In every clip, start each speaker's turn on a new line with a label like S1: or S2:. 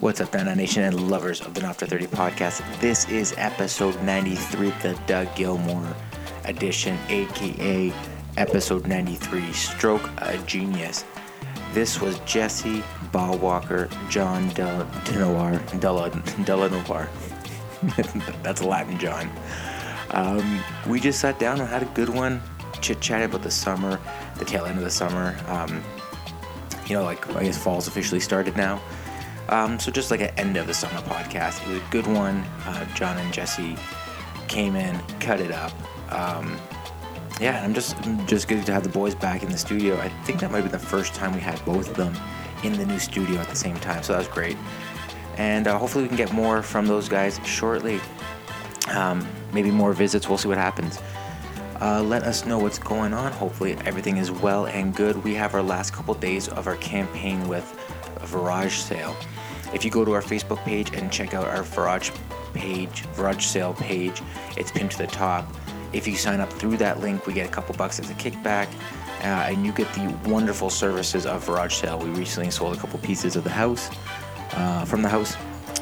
S1: What's up, Nana Nation and lovers of the Not After 30 podcast? This is episode 93, the Doug Gilmore edition, aka episode 93, Stroke a Genius. This was Jesse Ball Walker, John Del Dinoir, Della Della Noir. That's Latin, John. Um, we just sat down and had a good one, chit chatted about the summer, the tail end of the summer. Um, you know, like I guess fall's officially started now. Um, so just like an end of the summer podcast, it was a good one. Uh, John and Jesse came in, cut it up. Um, yeah, I'm just I'm just good to have the boys back in the studio. I think that might be the first time we had both of them in the new studio at the same time, so that was great. And uh, hopefully we can get more from those guys shortly. Um, maybe more visits. We'll see what happens. Uh, let us know what's going on. Hopefully, everything is well and good. We have our last couple days of our campaign with Virage Sale. If you go to our Facebook page and check out our Virage page, Virage Sale page, it's pinned to the top. If you sign up through that link, we get a couple bucks as a kickback, uh, and you get the wonderful services of Virage Sale. We recently sold a couple pieces of the house, uh, from the house,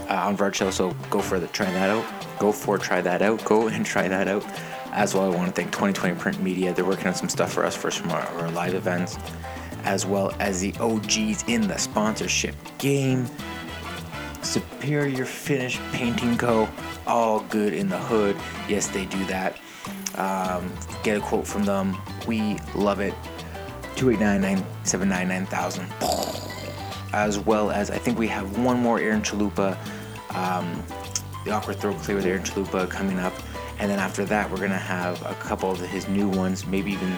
S1: uh, on Virage Sale. So go for the try that out. Go for try that out. Go and try that out. As well, I want to thank 2020 Print Media. They're working on some stuff for us for some of our live events, as well as the OGs in the sponsorship game. Superior Finish Painting Co. All good in the hood. Yes, they do that. Um, get a quote from them. We love it. 289 As well as, I think we have one more Aaron Chalupa, um, the awkward throw clear with Aaron Chalupa coming up. And then after that, we're going to have a couple of his new ones, maybe even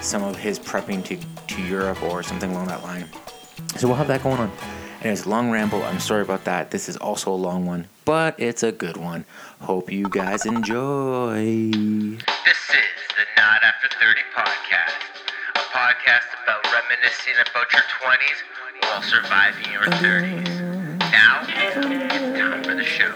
S1: some of his prepping to, to Europe or something along that line. So we'll have that going on. Anyways, long ramble. I'm sorry about that. This is also a long one, but it's a good one. Hope you guys enjoy.
S2: This is the Not After 30 podcast, a podcast about reminiscing about your 20s while surviving your 30s. Now, it's time for the show.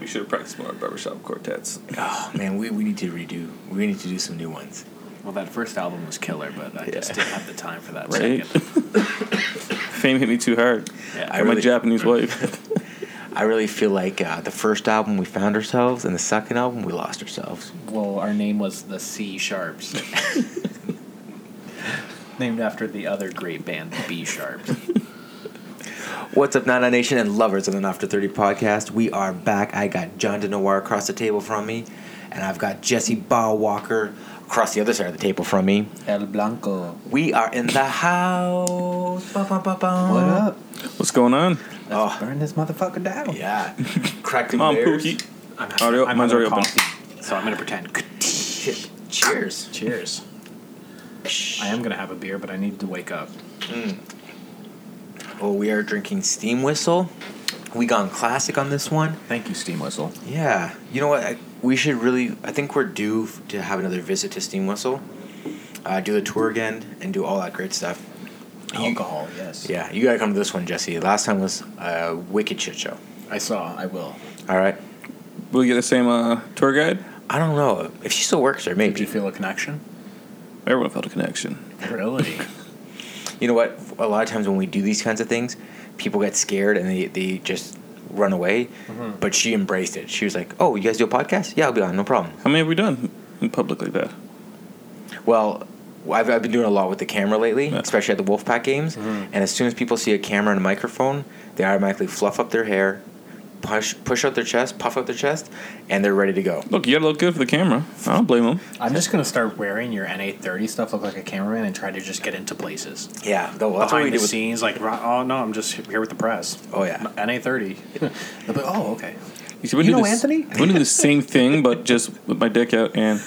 S3: We should have practiced more at barbershop quartets.
S1: Oh man, we, we need to redo. We need to do some new ones.
S4: Well, that first album was killer, but I just
S3: Yeah.
S4: didn't have the time for that
S3: Right?
S4: second.
S3: Fame hit me too hard.
S4: Yeah,
S3: i
S4: I
S3: my
S1: really-
S3: Japanese wife.
S1: I really feel like uh, the first album we found ourselves, and the second album we lost ourselves.
S4: Well, our name was the C Sharps, named after the other great band, the B Sharps.
S1: What's up, Nana Nation and lovers of the After Thirty podcast? We are back. I got John DeNoir across the table from me, and I've got Jesse Ball Walker across the other side of the table from me.
S4: El Blanco.
S1: We are in the house. Ba, ba, ba, ba.
S4: What up?
S3: What's going on?
S1: Oh.
S4: Burn this motherfucker down.
S1: Yeah, cracking
S3: Come on,
S1: beers.
S3: Pookie.
S4: I'm
S3: Audio- mine's
S4: having
S3: already
S4: a coffee, so I'm gonna pretend.
S1: Shit. Cheers.
S4: Cheers. I am gonna have a beer, but I need to wake up.
S1: Well, Oh, we are drinking Steam Whistle. We gone classic on this one.
S4: Thank you, Steam Whistle.
S1: Yeah, you know what? I, we should really. I think we're due f- to have another visit to Steam Whistle, uh, do the tour again, and do all that great stuff.
S4: Alcohol, yes.
S1: Yeah, you gotta come to this one, Jesse. Last time was a wicked shit show.
S4: I saw. I will.
S1: All right.
S3: Will we get the same uh, tour guide?
S1: I don't know if she still works there.
S4: Did you
S1: Maybe
S4: feel a connection?
S3: Everyone felt a connection.
S4: Really?
S1: you know what? A lot of times when we do these kinds of things, people get scared and they they just run away. But she embraced it. She was like, "Oh, you guys do a podcast? Yeah, I'll be on. No problem."
S3: How many have we done in public like that?
S1: Well, I've, I've been doing a lot with the camera lately,
S3: Yeah.
S1: especially at the Wolfpack games. And as soon as people see a camera and a microphone, they automatically fluff up their hair, push push out their chest, puff out their chest, and they're ready to go.
S3: Look, you gotta look good for the camera. I don't blame them.
S4: I'm just gonna start wearing your NA30 stuff, look like a cameraman, and try to just get into places.
S1: Yeah, though, well, that's what we
S4: Behind the
S1: did with.
S4: scenes, like, ro- oh no, I'm just here with the press.
S1: Oh, yeah.
S4: NA30. They'll be, oh, okay.
S3: You, see, we
S4: You
S3: do
S4: know
S3: this-
S4: Anthony?
S3: We do the same thing, but just with my dick out and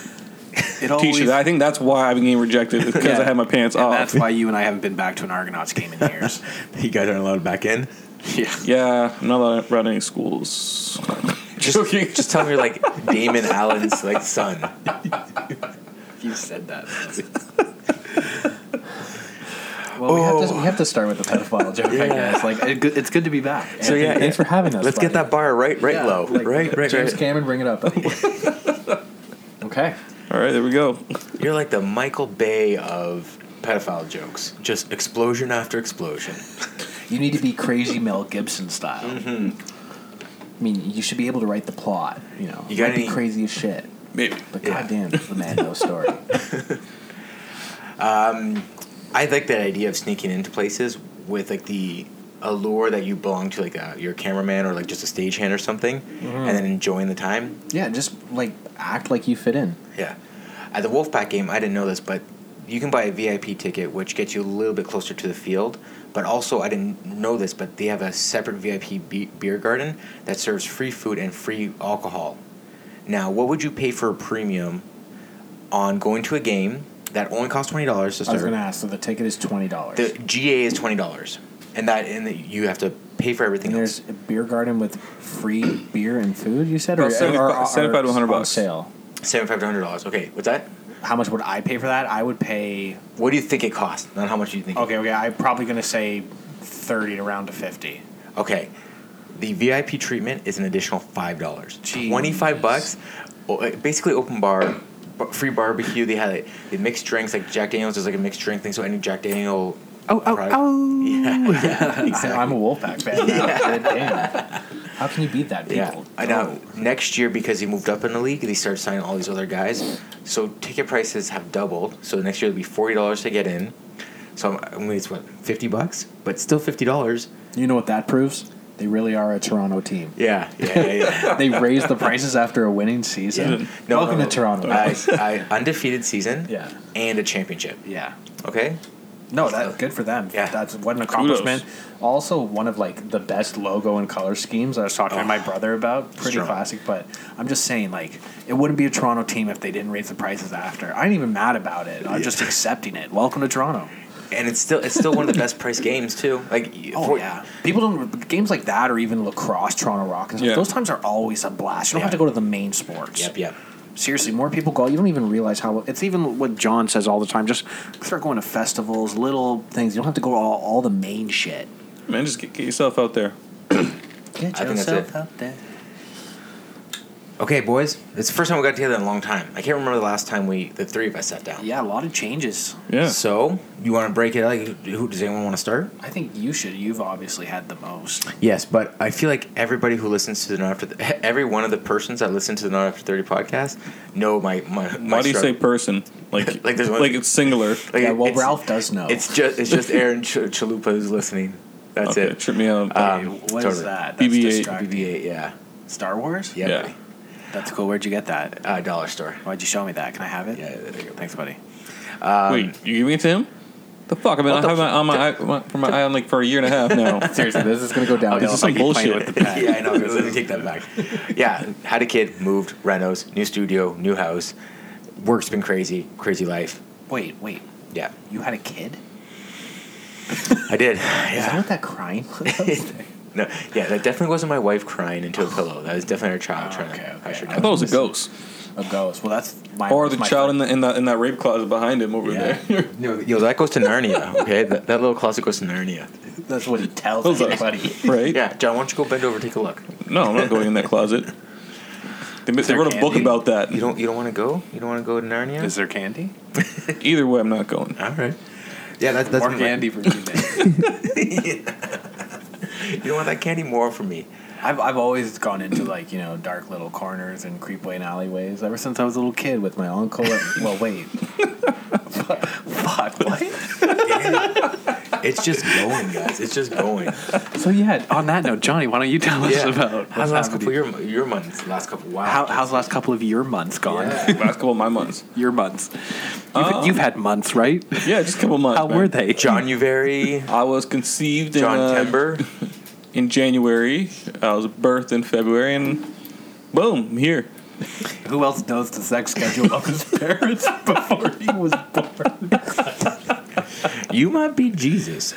S4: It
S3: t-shirt. I think that's why I've been getting rejected because
S4: Yeah.
S3: I had my pants
S4: and
S3: off.
S4: that's why you and I haven't been back to an Argonauts game in years.
S1: You guys aren't allowed back in.
S4: yeah.
S3: yeah, I'm not allowed around any schools.
S1: Just, just tell me you're like Damon Allen's like son.
S4: You said that. Well, we, have to, we have to start with the pedophile joke, I guess. Like, it, good- it's good to be back.
S1: So,
S4: Anthony,
S1: yeah,
S4: thanks for having us.
S1: Let's get
S4: buddy.
S1: that bar right, right
S4: Yeah,
S1: low,
S4: like,
S1: right, right,
S4: James
S1: right.
S4: Cameron, bring it up. buddy. okay.
S3: All right, there we go.
S1: You're like the Michael Bay of pedophile jokes. Just explosion after explosion.
S4: You need to be crazy Mel Gibson style. Mm-hmm. I mean, you should be able to write the plot. You know,
S1: Mm-hmm. You
S4: It
S1: got
S4: might be
S1: any-
S4: crazy as shit.
S3: Maybe.
S4: But
S1: Yeah.
S4: goddamn, the Mando story.
S1: I like that idea of sneaking into places with like the allure that you belong to like a, your cameraman or like just a stagehand or something,
S4: Mm-hmm.
S1: and then enjoying the time.
S4: Yeah, just like act like you fit in.
S1: Yeah. At the Wolfpack game, I didn't know this, but you can buy a VIP ticket, which gets you a little bit closer to the field. But also, I didn't know this, but they have a separate VIP be- beer garden that serves free food and free alcohol. Now, what would you pay for a premium on going to a game that only costs twenty dollars to
S4: I was
S1: start?
S4: gonna ask. So the ticket is twenty dollars.
S1: The GA is twenty dollars, and that and that you have to pay for everything
S4: And
S1: else.
S4: there's a beer garden with free beer and food. You said
S3: About 75 75 to 100
S4: on
S3: bucks.
S4: sale.
S1: Seventy five to hundred dollars. Okay, what's that?
S4: How much would I pay for that? I would pay.
S1: What do you think it costs? Not how much do you think? it-
S4: Okay, okay. I'm probably gonna say thirty to round to fifty.
S1: Okay. The VIP treatment is an additional five dollars.
S4: Jeez.
S1: Twenty-five bucks. o- uh, Basically, open bar, b- free barbecue. They had like, they mixed drinks like Jack Daniels is like a mixed drink thing. So any Jack Daniel.
S4: Oh, oh,
S1: product-
S4: oh!
S1: Yeah, yeah,
S4: I, am a
S1: exactly.
S4: Wolfpack fan. Now. God damn. How can you beat that, people?
S1: Yeah, I know. Next year, because he moved up in the league, they started signing all these other guys. So ticket prices have doubled. So next year it'll be forty dollars to get in. So I'm, I mean, it's what fifty bucks, but still fifty dollars.
S4: You know what that proves? They really are a Toronto team.
S1: Yeah, yeah, yeah. yeah.
S4: They raised the prices after a winning season.
S1: No,
S4: Welcome
S1: no, no.
S4: to Toronto.
S1: I, I undefeated season.
S4: Yeah.
S1: And a championship.
S4: yeah.
S1: Okay.
S4: No, that good for them.
S1: Yeah.
S4: that's what an accomplishment. Also, one of like the best logo and color schemes. I was talking to my brother about pretty
S1: Strong.
S4: classic, but I'm just saying like it wouldn't be a Toronto team if they didn't raise the prices after. I ain't even mad about it. I'm just accepting it. Welcome to Toronto.
S1: And it's still it's still one of the best priced games too. Like y-
S4: Oh
S1: for-
S4: yeah, people don't games like that or even lacrosse, Toronto Rock and stuff.
S3: Yeah.
S4: Those times are always a blast. You don't
S1: Yeah.
S4: have to go to the main sports.
S1: Yep. Yep.
S4: Seriously, more people go. You don't even realize how it's even what John says all the time. Just start going to festivals, little things. You don't have to go to all, all the main shit.
S3: Man, just get, get yourself out there.
S4: Get
S1: I think that's
S4: yourself
S1: it.
S4: out there.
S1: Okay, boys. It's the first time we got together in a long time. I can't remember the last time we the three of us sat down.
S4: Yeah, a lot of changes.
S3: Yeah.
S1: So you want to break it? Like, who does anyone want to start?
S4: I think you should. You've obviously had the most.
S1: Yes, but I feel like everybody who listens to the Not After the, every one of the persons that listen to the Not After Thirty podcast know my my. my
S3: Why do you say
S1: struggle.
S3: person? Like,
S1: Like
S3: like,
S1: there's one-
S3: it's singular.
S1: Like,
S4: yeah, well,
S1: it's-
S4: Ralph does know.
S1: It's just it's just Aaron Ch- Chalupa who's listening. That's
S3: okay,
S1: it.
S3: trip me out.
S1: Uh,
S4: Wait,
S1: um,
S4: what is
S1: totally.
S4: that? That's
S3: BB-8,
S4: distracting.
S1: BB-8, yeah.
S4: Star Wars.
S1: Yeah.
S3: Yeah.
S1: buddy.
S4: that's cool. Where'd you get that?
S1: Uh, dollar store.
S4: Why'd you show me that? Can I have it?
S1: Yeah, there you go.
S4: Thanks, buddy.
S3: Wait, you giving it to him? The fuck? I've been
S1: What the
S3: on my, on my, eye, my, from my eye on like for a year and a half now.
S4: Seriously, this is gonna go down.
S3: This is some bullshit.
S1: yeah, I know. Let me take that back. Yeah, had a kid, moved, renos, new studio, new house. Work's been crazy, crazy life.
S4: Wait, wait.
S1: Yeah,
S4: You had a kid?
S1: I did.
S4: Is that
S1: Yeah,
S4: what that crying?
S1: no, yeah, that definitely wasn't my wife crying into a pillow. That was definitely her child
S4: Oh,
S1: trying
S4: okay,
S1: to
S4: okay.
S1: hush her
S4: I
S3: I
S1: down.
S3: thought it was a ghost,
S4: a ghost. Well, that's my
S3: or the
S4: my
S3: child in
S4: friend.
S3: the in that in that rape closet behind him over
S4: Yeah.
S3: there.
S1: No, yo, that goes to Narnia. Okay, that, that little closet goes to Narnia.
S4: That's what he tells
S3: Those are-
S4: everybody.
S3: right?
S1: Yeah, John, why don't you go bend over, take a look.
S3: No, I'm not going in that closet. They, they
S4: there
S3: wrote a book
S4: candy?
S3: about that.
S1: You don't, you don't want to go. You don't want to go to Narnia.
S4: there candy?
S3: Either way, I'm not going.
S1: All right. Yeah, that, that's
S4: More
S1: my-
S4: candy for you, man.
S1: You don't want that candy more for me.
S4: I've, I've always gone into like you know dark little corners and creepway and alleyways ever since I was a little kid with my uncle. and- well, wait, fuck what?
S1: It's just going, guys. It's just going.
S4: So yeah, on that note, Johnny, why don't you tell us about
S1: how's
S4: what's
S1: the last
S4: happened
S1: couple
S4: to
S1: of
S4: you?
S1: your your months? Last couple wow.
S4: How, how's the last couple of your months gone?
S1: Yeah.
S3: Last couple of my months.
S4: Your months, you've, you've had months, right?
S3: Yeah, just a couple months.
S4: How
S3: man.
S4: were they?
S1: John Uvari,
S3: I was conceived in
S1: John
S3: uh,
S1: Timber.
S3: in January. I was birthed in February, and boom, I'm here.
S4: Who else knows the sex schedule of his parents before he was born?
S1: You might be Jesus.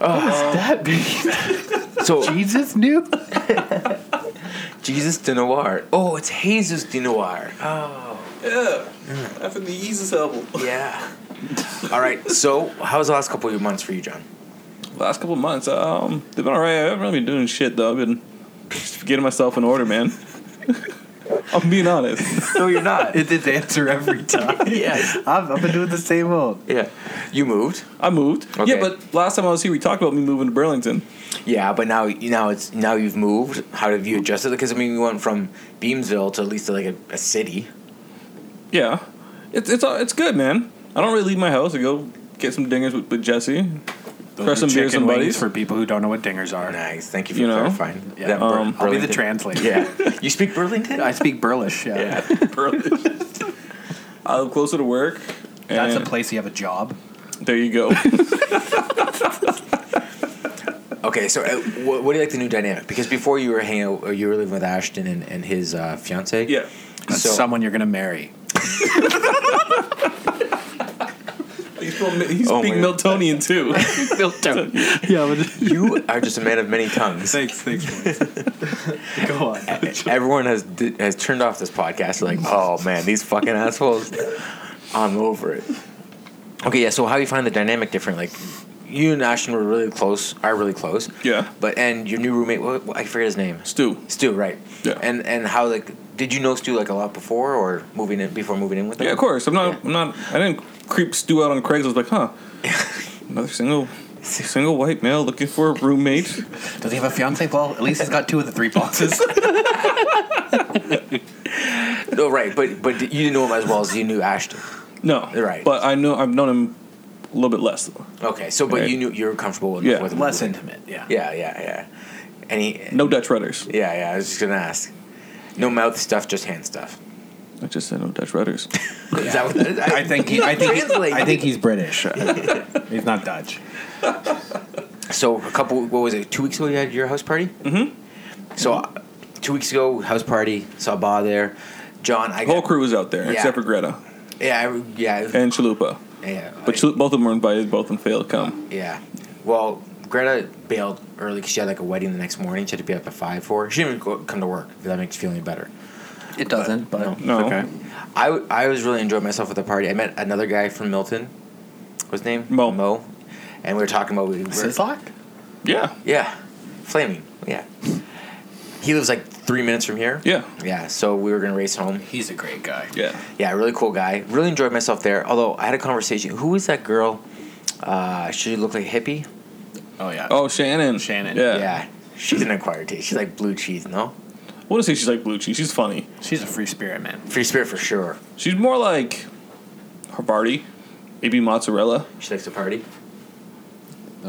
S4: That be
S1: So
S4: Jesus knew.
S1: Jesus de Noir. Oh, it's Jesus de Noir.
S3: Yeah, that's in the Yeezus album.
S1: Oh, yeah. All right. So, how's the last couple of months for you, John?
S3: Last couple months, um, they've been alright. I haven't really been doing shit though. I've been just getting myself in order, man. I'm being honest.
S1: No, you're not.
S4: It's his answer every time.
S1: yeah.
S4: I've, I've been doing the same old.
S1: Yeah. You moved.
S3: I moved.
S1: Okay.
S3: Yeah, but last time I was here, we talked about me moving to Burlington.
S1: Yeah, but now now it's now you've moved. How have you adjusted? Because I mean, you went from Beamsville to at least like a, a city.
S3: Yeah, it's it's uh, it's good, man. I don't really leave my house. I go get some dingers with, with Jesse. Crush some beers and buddies.
S4: for people who don't know what dingers are.
S1: Nice. Thank you for
S3: You know?
S1: clarifying.
S4: Yeah.
S1: That Bur-
S3: Um,
S4: I'll be the
S1: Burlington-
S4: translator.
S1: Yeah. You speak Burlington?
S4: I speak Burlish. Yeah.
S1: yeah.
S3: I live closer to work.
S4: That's a
S3: and
S4: place you have a job.
S3: There you go.
S1: Okay, so uh, what, what do you like the new dynamic? Because before you were hanging out, or you were living with Ashton and, and his uh, fiance.
S3: yeah.
S4: That's
S1: So-
S4: someone you're going to marry.
S3: He's from he's
S1: Oh,
S3: speaking
S1: man.
S3: Miltonian too.
S4: yeah, but
S1: You are just a man of many tongues.
S4: thanks, thanks. Go on.
S1: Everyone has di- has turned off this podcast. Like, oh man, these fucking assholes. I'm over it. Okay, yeah. So how you find the dynamic different? Like, you and Ashton were really close. Are really close.
S3: Yeah.
S1: But and your new roommate, what, what- I forget his name.
S3: Stu.
S1: Stu, right?
S3: Yeah.
S1: And and how like did you know Stu like a lot before or moving in before moving in with him?
S3: Yeah, of course. I'm not. I'm not. I didn't creep Stu out on Craigslist like, huh? Another single, single white male looking for a roommate.
S4: Does he have a fiance? Well, at least he's got two of the three boxes.
S1: No, Oh, right. But but you didn't know him as well as you knew Ashton.
S3: No.
S1: Right.
S3: But I know I've known him a little bit less though.
S1: Okay, so but
S3: Right.
S1: you knew you were comfortable with,
S3: Yeah.
S1: with him.
S4: Less intimate, yeah.
S1: Yeah, yeah, yeah. And he,
S3: No Dutch rudders.
S1: yeah, yeah. I was just gonna ask. No mouth stuff, just hand stuff.
S3: I just said no Dutch rudders.
S1: Is that what that is?
S4: I think he, I think he,
S1: Translate.
S4: I think he's British. he's not Dutch.
S1: so. A couple. What was it? Two weeks ago, you had your house party. Mm-hmm. So, uh, two weeks ago, house party. Saw Ba there. John, I
S3: The whole
S1: got-
S3: crew was out there
S1: Yeah.
S3: except for Greta
S1: Yeah, I- yeah,
S3: and Chalupa.
S1: yeah.
S3: But Chalupa, both of them were invited. Both of them failed. to Come.
S1: yeah. Well, Greta bailed early because she had like a wedding the next morning. She had to be up at five for. She didn't even go, come to work. If that makes you feel any better.
S4: It doesn't, but, it's
S3: No.
S4: okay.
S1: I, I was really enjoying myself at the party. I met another guy from Milton. What's his name?
S3: Mo.
S1: Mo. And we were talking about. We were-
S4: Sizzlock?
S3: Yeah.
S1: Yeah. Flaming. Yeah. He lives like three minutes from here.
S3: Yeah.
S1: Yeah. So we were going to race home.
S4: He's a great guy.
S3: Yeah.
S1: Yeah, really cool guy. Really enjoyed myself there. Although I had a conversation. Who was that girl? Uh, she looked like a hippie.
S4: Oh yeah.
S3: Oh, Shannon.
S4: Shannon.
S3: Yeah.
S1: She's an acquired taste. She's like blue cheese, no?
S3: I want to say she's like blue cheese. She's funny.
S4: She's a free spirit, man.
S1: Free spirit for sure.
S3: She's more like Havarti, maybe mozzarella.
S1: She likes to party.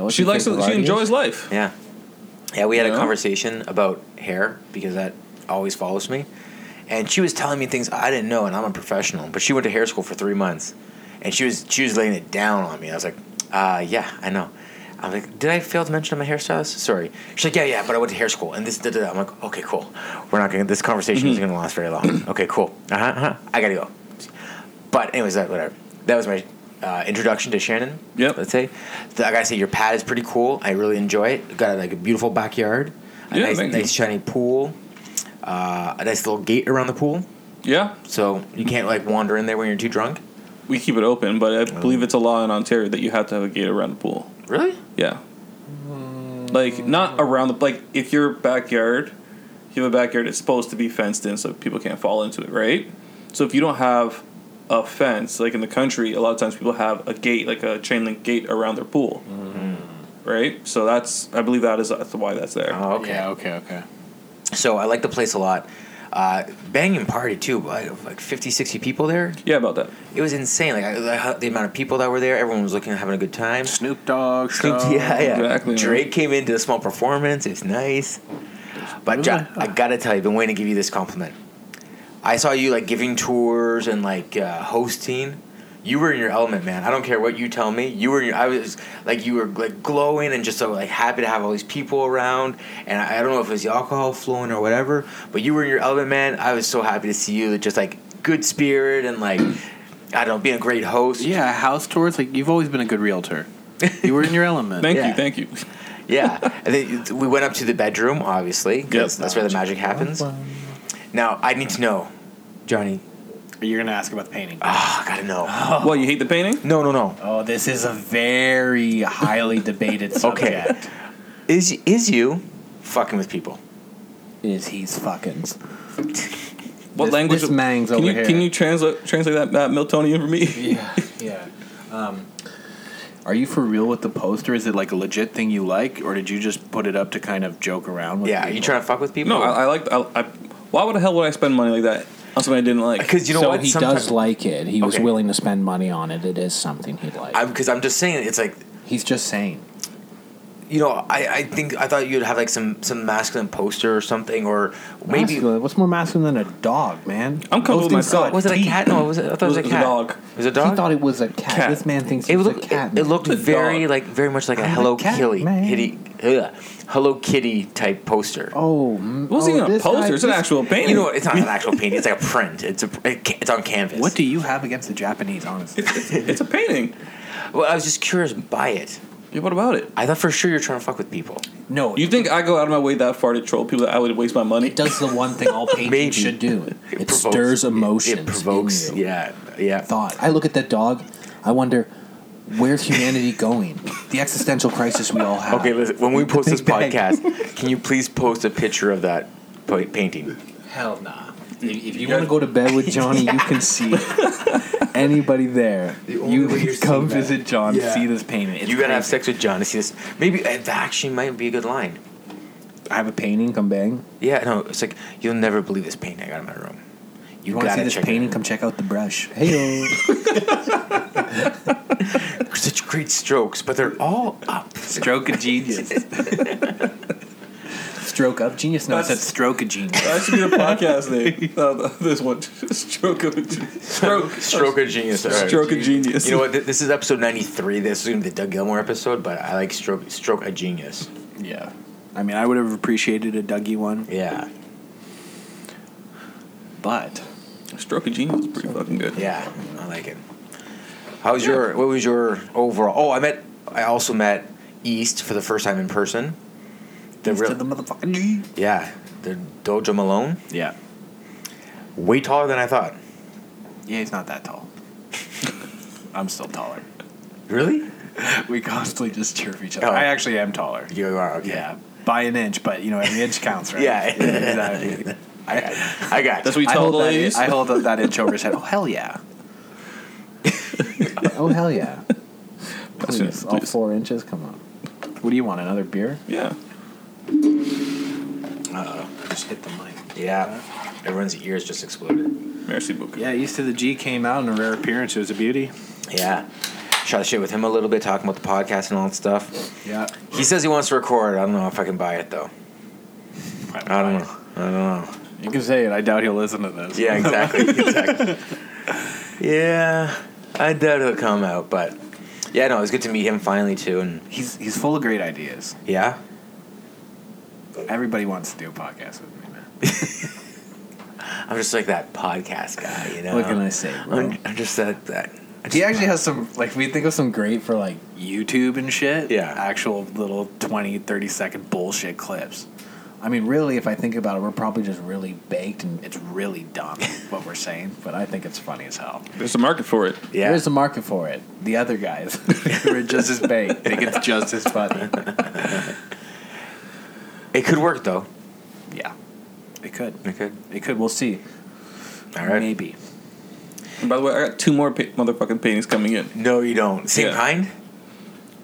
S3: she likes. She enjoys life.
S1: Yeah. Yeah, we had a
S3: Yeah.
S1: conversation about hair because that always follows me. And she was telling me things I didn't know and I'm a professional, but she went to hair school for 3 months. And she was she was laying it down on me. I was like, "Uh, yeah, I know." I'm like, "Did I fail to mention I'm a hairstylist?" Sorry. She's like, "Yeah, yeah, but I went to hair school." And this da, da, da. I'm like, "Okay, cool. We're not going to this conversation
S3: Mm-hmm.
S1: isn't going to last very long." okay, cool. Uh-huh, uh-huh. I got to go. But anyways, that whatever. That was my uh, introduction to Shannon.
S3: Yep.
S1: Let's say, The- like I say, your pad is pretty cool. I really enjoy it. Got like a beautiful backyard, a
S3: Yeah,
S1: nice,
S3: thank
S1: nice
S3: you.
S1: shiny pool, uh, a nice little gate around the pool,
S3: Yeah.
S1: so you can't like wander in there when you're too drunk.
S3: We keep it open, but
S4: Oh.
S3: I believe it's a law in Ontario that you have to have a gate around the pool.
S1: Really?
S3: Yeah. Like not around the like if your backyard, you have a backyard. It's supposed to be fenced in so people can't fall into it, right? So if you don't have a fence, like in the country, a lot of times people have a gate, like a chain link gate around their pool,
S4: Mm-hmm.
S3: right? So that's I believe that is that's why that's there.
S1: Oh, okay.
S4: okay, okay.
S1: So I like the place a lot. Uh, banging party too, like, like 50, 60 people there.
S3: Yeah, about that.
S1: It was insane. Like I, the amount of people that were there, everyone was looking having a good time.
S4: Snoop Dogg.
S1: Snoop-
S4: show.
S1: yeah, yeah.
S3: exactly, man.
S1: Drake came in, did a small performance. It's nice. But John, I gotta tell you, I've been waiting to give you this compliment. I saw you like giving tours and like uh, hosting. You were in your element, man. I don't care what you tell me. You were in your. I was like you were like glowing and just so like happy to have all these people around. And I, I don't know if it was the alcohol flowing or whatever, but you were in your element, man. I was so happy to see you. Just like good spirit and like I don't know, being a great host.
S4: Yeah, house tours. Like you've always been a good realtor. You were in your element.
S3: Thank
S1: Yeah.
S3: you, thank you.
S1: Yeah, and then we went up to the bedroom, obviously, because
S3: Yep.
S1: that's where the magic happens. Now I need to know, Johnny.
S4: You're gonna ask about the painting.
S1: Ah, I gotta know.
S5: Oh.
S3: What you hate the painting?
S1: No, no, no.
S4: Oh, this is a very highly debated
S1: Okay.
S4: subject.
S1: Is is you fucking with people?
S4: Is he's fuckings.
S3: What
S4: This-
S3: language?
S4: this mangs
S3: can
S4: over
S3: you
S4: here.
S3: can you translate translate that, that Miltonian for me?
S4: Yeah, yeah. Um,
S5: Are you for real with the poster? Is it like a legit thing you like, or did you just put it up to kind of joke around with?
S1: Yeah, you trying to fuck with people?
S3: No, I, I like. I, I, why the hell would I spend money like that on something I didn't like?
S1: because Uh, you know
S4: so
S1: what?
S4: he
S1: Sometimes-
S4: does like it. He was
S1: Okay.
S4: willing to spend money on it. It is something he'd like.
S1: I'm because I'm just saying it's like
S4: He's just saying.
S1: you know I, I think I thought you'd have like some some masculine poster or something or maybe
S4: Masculine. What's more masculine than a dog, man?
S3: I'm comfortable with
S4: Those things
S3: myself.
S4: got
S1: was it a
S4: deep.
S1: cat? No, it was I thought it was,
S3: It
S1: a
S3: was a
S1: cat.
S3: dog.
S1: It was a dog.
S4: He thought it was a cat.
S3: Cat.
S4: This man thinks
S1: it
S4: it was
S1: looked
S4: a cat.
S1: it, it looked
S3: It's a
S1: very
S3: dog.
S1: like very much like a
S4: I'm a
S1: Hello
S4: cat
S1: Kitty,
S4: man.
S1: Kitty ugh, Hello Kitty type poster.
S4: Oh,
S3: It wasn't even a poster. it's an actual painting.
S1: You know, what? it's not an actual painting. It's like a print. It's a it's on canvas.
S5: What do you have against the Japanese? Honestly,
S3: it's a painting.
S1: Well, I was just curious by it.
S3: Yeah, what about it?
S1: I thought for sure you're trying to fuck with people.
S4: No,
S3: You think I go out of my way that far to troll people that I would waste my money?
S4: it does the one thing all
S1: Maybe.
S4: painting should do. It,
S1: provokes-
S4: stirs
S1: it-
S4: emotions.
S1: It, provokes.
S4: in you.
S1: Yeah, yeah.
S4: Thought. I look at that dog. I wonder where's humanity going. The existential crisis we all have.
S1: Okay, listen. When we post this
S4: big bag.
S1: podcast, can you please post a picture of that pa- painting?
S4: Hell nah. If, if you
S3: Yeah.
S4: want to go to bed with Johnny, you can see anybody there. you come visit John,
S1: Yeah.
S4: see this painting. It's
S1: you gotta have
S4: crazy.
S1: sex with John to see this. Maybe uh, that actually might be a good line.
S4: I have a painting. Come bang.
S1: Yeah, no, it's like you'll never believe this painting I got in my room. You,
S4: You want to
S1: gotta
S4: see this
S1: check
S4: painting?
S1: painting.
S4: Come check out the brush. Hey.
S1: It out. Such great strokes, but they're all up.
S4: Stroke of genius. stroke of genius? No, I said
S3: That's-
S4: stroke of genius.
S3: That should be the podcast name. Uh, this one, stroke of a gen- stroke,
S1: Stroke of genius. all right.
S3: stroke of genius.
S1: You know what? th- This is episode ninety three. This is gonna be the Doug Gilmore episode, but I like stroke stroke a genius.
S5: yeah. I mean, I would have appreciated a Dougie one,
S1: Yeah,
S5: but
S3: Stroke of genius is pretty fucking good.
S1: yeah, I like it. How's your? What was your overall? Oh, I met. I also met East for the first time in person. The
S4: East
S1: real,
S4: of the motherfucking
S1: yeah, the Dojo Malone.
S5: yeah,
S1: Way taller than I thought.
S5: yeah. He's not that tall. I'm still taller.
S1: Really?
S5: We constantly just cheer for each
S1: Oh.
S5: other. I actually am taller.
S1: You are okay.
S5: Yeah, by an inch, but you know every inch counts, right?
S1: Yeah.
S5: exactly. I,
S1: I got.
S3: That's what you
S5: I
S3: tell
S5: hold
S3: the
S5: that.
S3: ladies.
S5: In, I hold up that inch over his head. Oh hell yeah!
S4: Oh, hell yeah.
S3: Please,
S4: Please, all
S3: please.
S4: four inches? Come on.
S5: What do you want? Another beer?
S3: yeah.
S4: Just hit the mic.
S1: yeah. Everyone's ears just exploded.
S3: Merci beaucoup.
S5: Yeah, East of the G came out in a rare appearance. It was a beauty.
S1: Yeah. Shot the shit with him a little bit, talking about the podcast and all that stuff.
S5: Yeah.
S1: He says he wants to record. I don't know if I can buy it though. I don't know. I don't know.
S5: You can say it. I doubt he'll listen to this.
S1: Yeah, exactly. exactly. Yeah, I doubt it'll come out, but yeah, no, it was good to meet him finally too, and
S5: He's he's full of great ideas.
S1: yeah,
S5: Everybody wants to do a podcast with me, man.
S1: I'm just like that podcast guy, you know.
S4: What can I say, bro?
S1: I'm, I'm just that that. I
S5: He
S1: just-
S5: actually has some like we think of some
S4: Great for like.
S5: YouTube and shit.
S1: Yeah.
S5: Actual little 20, 30 second bullshit clips.
S4: I mean, really, if I think about it, we're probably just really baked and it's really dumb what we're saying, but I think it's funny as hell.
S3: There's a market for it.
S1: yeah.
S4: There's a market for it. The other guys who are just as baked think it's just as funny.
S1: it could work though.
S4: Yeah.
S5: It could.
S1: It could.
S4: It could. We'll see.
S1: All right.
S4: Maybe.
S3: And by the way, I got two more pa- motherfucking paintings coming in.
S1: No, you don't. Same
S3: Yeah.
S1: kind.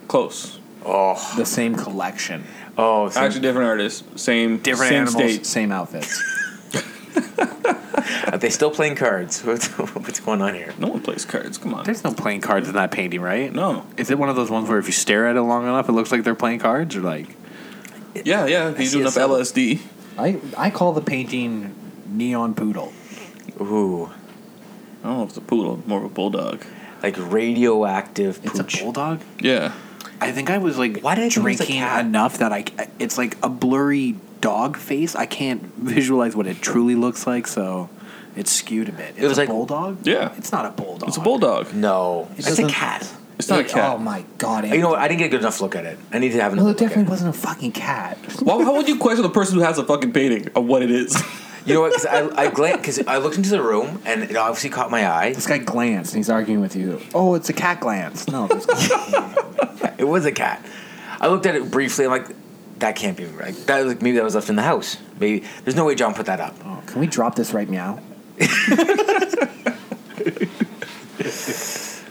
S3: Close.
S1: Oh,
S4: The same collection.
S1: oh, same-
S3: Actually, different artists, same
S5: Different
S3: same
S5: animals.
S3: state.
S4: Same outfits.
S1: are they still playing cards? What's, what's going on here?
S3: No one plays cards. Come on.
S5: There's no playing cards in that painting, right?
S3: No.
S5: Is it one of those ones where if you stare at it long enough, it looks like they're playing cards, or like
S3: Yeah, yeah. If you
S1: see
S3: do
S1: a
S3: enough
S1: cell.
S3: LSD,
S4: I, I call the painting Neon Poodle.
S1: Ooh,
S3: I don't know if it's a poodle, more of a bulldog.
S1: like radioactive
S5: it's
S1: pooch.
S5: a bulldog?
S3: Yeah.
S5: I think I was like
S1: Why did I think it was a
S5: drinking
S1: cat?
S5: enough that I it's like a blurry dog face. I can't visualize what it truly looks like, so it's skewed a bit. It's
S1: was
S5: a
S1: like-
S5: bulldog.
S3: Yeah.
S5: it's not a bulldog.
S3: It's a bulldog.
S1: No,
S4: It
S1: it's a
S4: doesn't-
S1: cat.
S3: It's not a cat.
S4: Oh my god.
S1: You know what? I didn't get a good enough look at it. I need to have another.
S4: well, it
S1: look at
S4: definitely wasn't a fucking cat.
S3: Why, how would you question the person who has a fucking painting of what it is?
S1: You know what? Because I, I glanced, because I looked into the room and it obviously caught my eye.
S4: This guy glanced and he's arguing with you. Oh, it's a cat glance. No, there's
S1: It was a cat. I looked at it briefly. I'm like, that can't be right. That was, maybe that was left in the house. Maybe there's no way John put that up.
S4: Oh, can we drop this right now?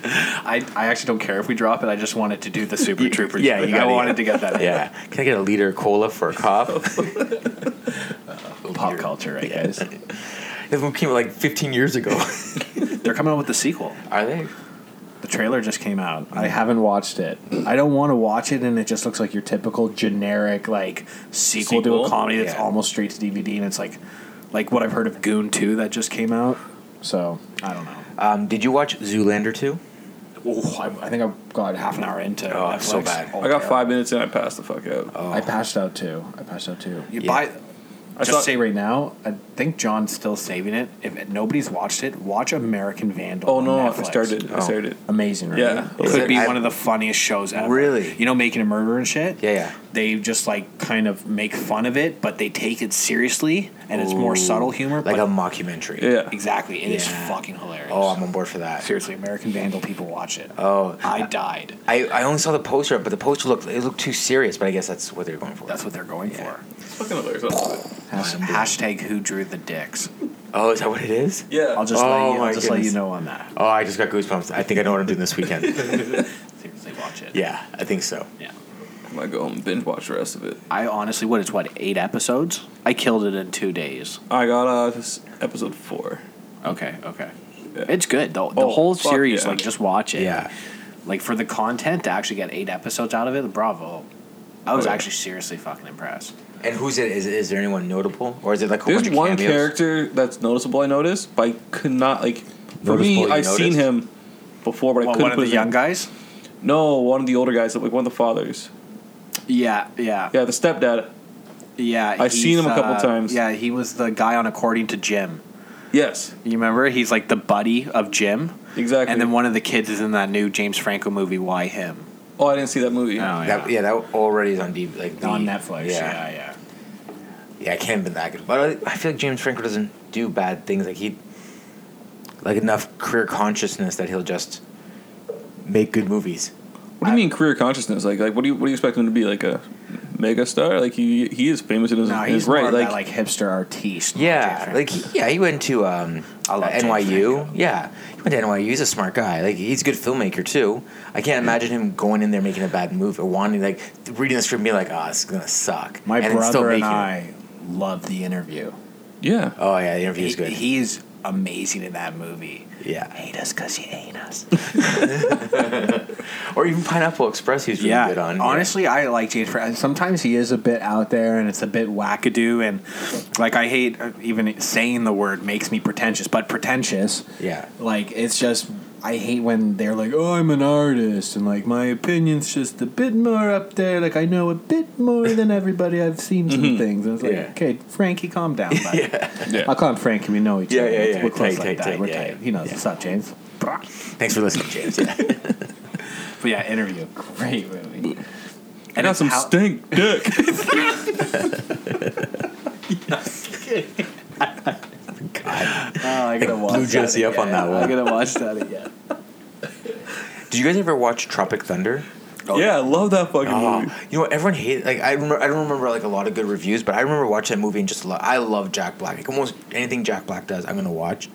S4: I, I actually don't care if we drop it. I just wanted to do the Super
S1: You-
S4: Troopers.
S1: yeah,
S4: Like,
S1: you
S4: I
S1: gotta-
S4: wanted to get that
S1: Yeah. Can I get a liter of cola for a cop?
S4: in pop culture, I guess.
S1: this one came out like 15 years ago.
S4: They're coming out with the sequel.
S1: Are they?
S4: The trailer just came out. I haven't watched it. I don't want to watch it, and it just looks like your typical generic like sequel, to
S3: Sequel?
S4: a comedy that's
S1: Yeah.
S4: almost straight to DVD, and it's like like what I've heard of Goon Two that just came out. So I don't know.
S1: Um, did you watch Zoolander 2?
S4: Oh, I, I think I got half an hour into.
S1: Oh, I'm so
S4: Netflix.
S1: bad.
S4: Oh,
S3: I got
S4: yeah.
S3: five minutes and I passed the fuck out.
S4: I passed out too. I passed out too. You
S1: Yeah.
S4: buy.
S3: I
S4: just
S3: saw-
S4: say right now, I think John's still saving it. If nobody's watched it, watch American Vandal.
S3: oh
S4: on
S3: no, I
S4: Netflix.
S3: started. I
S1: Oh.
S3: started.
S4: Amazing, right?
S3: Yeah.
S4: It
S1: Is
S4: could
S1: it-
S4: be
S1: I-
S4: one of the funniest shows ever.
S1: Really?
S4: You know, making a murder and shit?
S1: Yeah, yeah.
S4: They just like kind of make fun of it, but they take it seriously and it's more
S1: Ooh,
S4: subtle humor.
S1: Like
S4: but
S1: a mockumentary.
S3: Yeah.
S4: exactly. It is
S1: Yeah.
S4: fucking hilarious.
S1: Oh, I'm on board for that.
S4: seriously, American Vandal people watch it.
S1: Oh,
S4: I died.
S1: I, I only saw the poster, but the poster looked it looked too serious. But I guess that's what they're going for.
S4: That's what they're going for.
S3: It's fucking hilarious. That's it.
S4: Has- Hashtag who drew the dicks.
S1: oh, is that what it is?
S3: Yeah.
S4: I'll just,
S1: Oh,
S4: let, you,
S1: my
S4: I'll just let you
S1: goodness.
S4: know on that.
S1: Oh, I just got goosebumps. I think I know what I'm doing this weekend.
S4: Seriously, watch it.
S1: yeah, I think so.
S4: Yeah.
S3: I'm gonna go home and binge watch the rest of it.
S4: I honestly, what it's what eight episodes? I killed it in two days.
S3: I got uh this episode four.
S4: Okay, okay.
S3: Yeah.
S4: It's good. The, the
S3: Oh,
S4: whole
S3: fuck
S4: series,
S3: yeah.
S4: like, just watch it.
S1: Yeah.
S4: Like, for the content to actually get eight episodes out of it, bravo. I was
S3: Oh, yeah.
S4: actually seriously fucking impressed.
S1: And who's it? Is, is there anyone notable, or is it like a whole
S3: There's
S1: bunch of
S3: one
S1: cameos?
S3: character that's noticeable I noticed, but I could not like for
S1: Noticeable
S3: me,
S1: you
S3: I've seen
S1: noticed?
S3: him before, but I
S4: Well,
S3: couldn't
S4: one of
S3: put
S4: the
S3: his
S4: young
S3: name-
S4: guys?
S3: No, one of the older guys, like one of the fathers.
S4: Yeah, yeah,
S3: Yeah, the stepdad.
S4: yeah.
S3: I've seen
S4: he's, uh,
S3: him a couple times.
S4: Yeah, he was the guy on According to Jim.
S3: Yes,
S4: You remember? He's like the buddy of Jim.
S3: exactly.
S4: And then one of the kids is in that new James Franco movie, Why Him?
S3: Oh, I didn't see that movie.
S4: Oh,
S1: That, yeah, that already is on DV, like the-
S4: On Netflix. Yeah, yeah.
S1: Yeah, I can't have been that good. But I, I feel like James Franco doesn't do bad things. Like he, like enough career consciousness that he'll just make good movies.
S3: What do you mean career consciousness? Like, like what do you what do you expect him to be like a mega star? Like he he is famous in his,
S4: No,
S3: in his
S4: he's
S3: right.
S4: more
S3: like,
S4: like, that, like hipster artiste. James
S1: Yeah,
S4: Franco.
S1: like he, yeah, he went to um,
S4: I love James
S1: NYU.
S4: Franco.
S1: Yeah, he went to NYU. He's a smart guy. Like he's a good filmmaker too. I can't imagine him going in there making a bad move or wanting like reading the script and being like, "Ah, this is gonna suck."
S4: My
S1: and then still
S4: brother and
S1: making it.
S4: I love the interview.
S3: yeah.
S1: Oh yeah, the interview is
S4: He's
S1: good.
S4: He's amazing in that movie.
S1: yeah,
S4: Hate us because you hate us.
S1: or even Pineapple Express. He's really good on. Yeah.
S4: Honestly, I like James Franco. Sometimes he is a bit out there and it's a bit wackadoo. And like, I hate uh, even saying the word makes me pretentious, but pretentious.
S1: Yeah.
S4: Like, it's just. I hate when they're like, "Oh, I'm an artist," and like my opinion's just a bit more up there. Like I know a bit more than everybody. I've seen some things, and it's like,
S1: Mm-hmm. Yeah.
S4: "Okay, Frankie, calm down." Buddy.
S3: Yeah.
S4: I call him Frank, and we know each
S1: Yeah,
S4: other.
S1: yeah, yeah.
S4: We're close
S1: Tight,
S4: like
S1: tight,
S4: that.
S1: tight,
S4: We're
S1: yeah,
S4: tight.
S1: yeah.
S4: He knows
S1: Yeah.
S4: what's up, James. But
S1: Thanks for listening, James. Yeah.
S4: yeah, interview, great movie.
S3: I got
S4: it's
S3: some
S4: how-
S3: stink dick.
S4: Oh, I gotta watch.
S1: blew Jesse up on that
S4: I
S1: one.
S4: gotta watch that again.
S1: Did you guys ever watch Tropic Thunder?
S3: yeah, I love that fucking
S1: Oh,
S3: movie.
S1: you know what? Everyone hated. Like I remember, I don't remember like a lot of good reviews, but I remember watching that movie and just lo- I love Jack Black. Like almost anything Jack Black does, I'm gonna watch.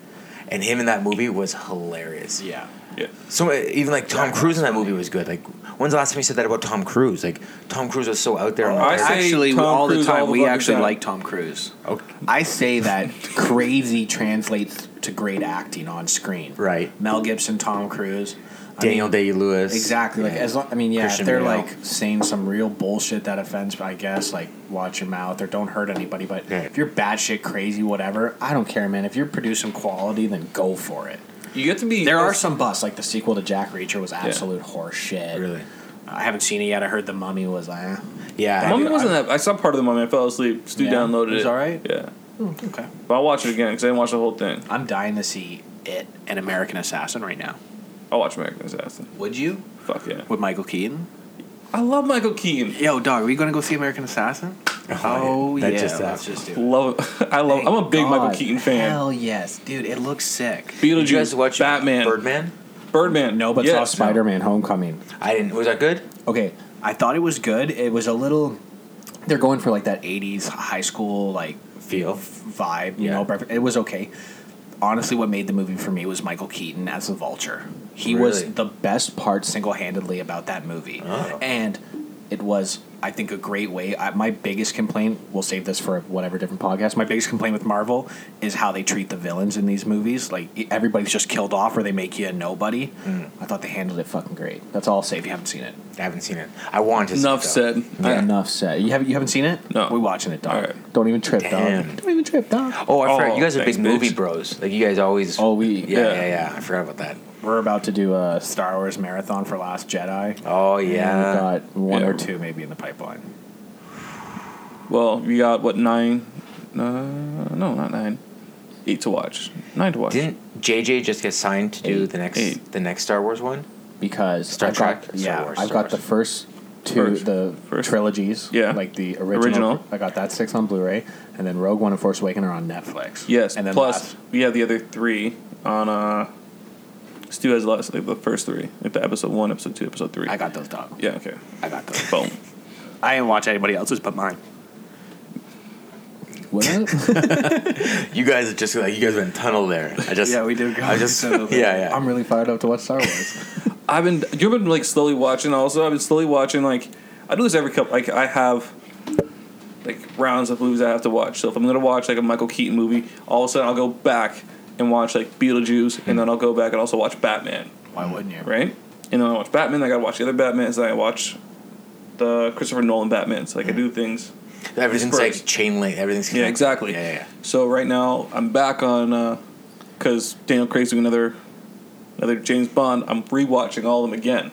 S1: And him in that movie was hilarious.
S4: Yeah.
S3: Yeah.
S1: So uh, even like Tom Cruise in that movie was good. Like when's the last time you said that about Tom Cruise? Like Tom Cruise was so out there. and
S3: I
S1: out there.
S3: say
S4: Actually,
S3: Tom
S4: all
S3: Cruise
S4: the time
S3: all the
S4: we
S3: fucking
S4: actually
S3: time.
S4: like Tom Cruise.
S1: Okay.
S4: I say that crazy translates to great acting on screen.
S1: Right.
S4: Mel Gibson, Tom Cruise, I
S1: Daniel
S4: mean,
S1: Day Lewis.
S4: Exactly. Like as long, I mean, yeah,
S1: Christian
S4: if they're
S1: Bale.
S4: like saying some real bullshit that offends, I guess, like watch your mouth or don't hurt anybody. But
S1: Yeah.
S4: if you're batshit crazy, whatever, I don't care, man. If you're producing quality, then go for it.
S3: You get to be.
S4: There are some busts, like the sequel to Jack Reacher was absolute horse shit.
S1: Really.
S4: I haven't seen it yet. I heard the Mummy was like, eh.
S1: Yeah.
S3: Mummy
S1: I-
S3: wasn't that. I saw part of the mummy. I fell asleep. Stu
S4: Yeah?
S3: downloaded it.
S4: It was alright?
S3: Yeah.
S4: okay.
S3: But I'll watch it again because I didn't watch the whole thing.
S4: I'm dying to see it, an American Assassin, right now.
S3: I'll watch American Assassin.
S4: Would you?
S3: Fuck yeah.
S4: With Michael Keaton.
S3: I love Michael Keaton.
S4: Yo, dog, are you gonna go see American Assassin?
S1: Oh, yeah. That just
S4: let's
S1: happened.
S4: just do. it.
S3: Love. I love. I'm a big Michael Keaton fan.
S4: Hell yes, dude! It looks sick.
S3: Beetlejuice.
S1: Did you guys watch
S3: Batman.
S1: Birdman?
S3: Birdman.
S4: No, but
S3: Yes.
S4: saw Spider Man Homecoming.
S1: I didn't. Was that good?
S4: Okay, I thought it was good. It was a little. They're going for like that 80s high school like
S1: Feel.
S4: vibe, you
S1: Yeah.
S4: know. but It was okay. honestly what made the movie for me was Michael Keaton as the Vulture. He was
S1: Really?
S4: the best part single handedly about that movie,
S1: Oh.
S4: and it was I think a great way. I, my biggest complaint, we'll save this for whatever different podcast. My biggest complaint with Marvel is how they treat the villains in these movies. Like e- everybody's just killed off, or they make you a nobody.
S1: Mm.
S4: I thought they handled it fucking great. That's all I'll say if you haven't seen it.
S1: I haven't seen it. I want to. see
S3: Enough
S1: it, though.
S3: said.
S4: Yeah. Enough said. You haven't you haven't seen it?
S3: No.
S4: We're watching it, dog.
S3: All right.
S4: Don't even trip,
S1: Damn.
S4: dog. Don't even trip, dog.
S1: Oh, I forgot.
S3: Oh,
S1: You guys are
S3: thanks,
S1: big movie
S3: bitch.
S1: bros. Like you guys always.
S4: Oh, we
S1: yeah, yeah,
S3: yeah.
S1: yeah, I forgot about that.
S4: We're about to do a Star Wars marathon for Last Jedi.
S1: Oh
S4: And
S1: yeah.
S4: we've got one
S3: Yeah.
S4: or two maybe in the pipeline.
S3: Well, we got what nine? Uh, no, not nine. Eight to watch. Nine to watch.
S1: Didn't JJ just get signed to do
S4: Eight.
S1: the next
S3: Eight.
S1: the next Star Wars one?
S4: Because
S1: Star
S4: I've got-
S1: Trek, Star
S4: yeah,
S1: Wars,
S4: I've
S1: Star
S4: got the
S1: Wars.
S4: first two
S3: First-
S4: the
S3: first.
S4: trilogies.
S3: Yeah.
S4: Like the original,
S3: Original.
S4: I got that six on Blu-ray, and then Rogue One and Force Awaken are on Netflix.
S3: Yes.
S4: And then
S3: plus,
S4: last-
S3: we have the other three on. uh Stu has last like the first three, like the episode one, episode two, episode three.
S4: I got those dog.
S3: Yeah. Okay.
S4: I got those.
S3: Boom.
S4: I didn't watch anybody else's but mine. What?
S1: You guys are just like you guys went tunnel there. I just
S4: yeah, we did.
S1: I just yeah yeah.
S4: I'm really fired up to watch Star Wars.
S3: I've been you've been like slowly watching also. I've been slowly watching like I do this every couple like I have like rounds of movies I have to watch. So if I'm gonna watch like a Michael Keaton movie, all of a sudden I'll go back and watch like Beetlejuice and then I'll go back and also watch Batman,
S4: Why wouldn't you?
S3: right? And then I watch Batman, I gotta watch the other Batman, and then I watch the Christopher Nolan Batman. So like I do things.
S1: Everything's
S3: Dispersed.
S1: like chain link. Everything's
S3: Mm. Yeah,
S1: connected.
S3: exactly.
S1: Yeah, yeah.
S3: So right now I'm back on because Daniel Craig's doing another another James Bond. I'm rewatching all of them again.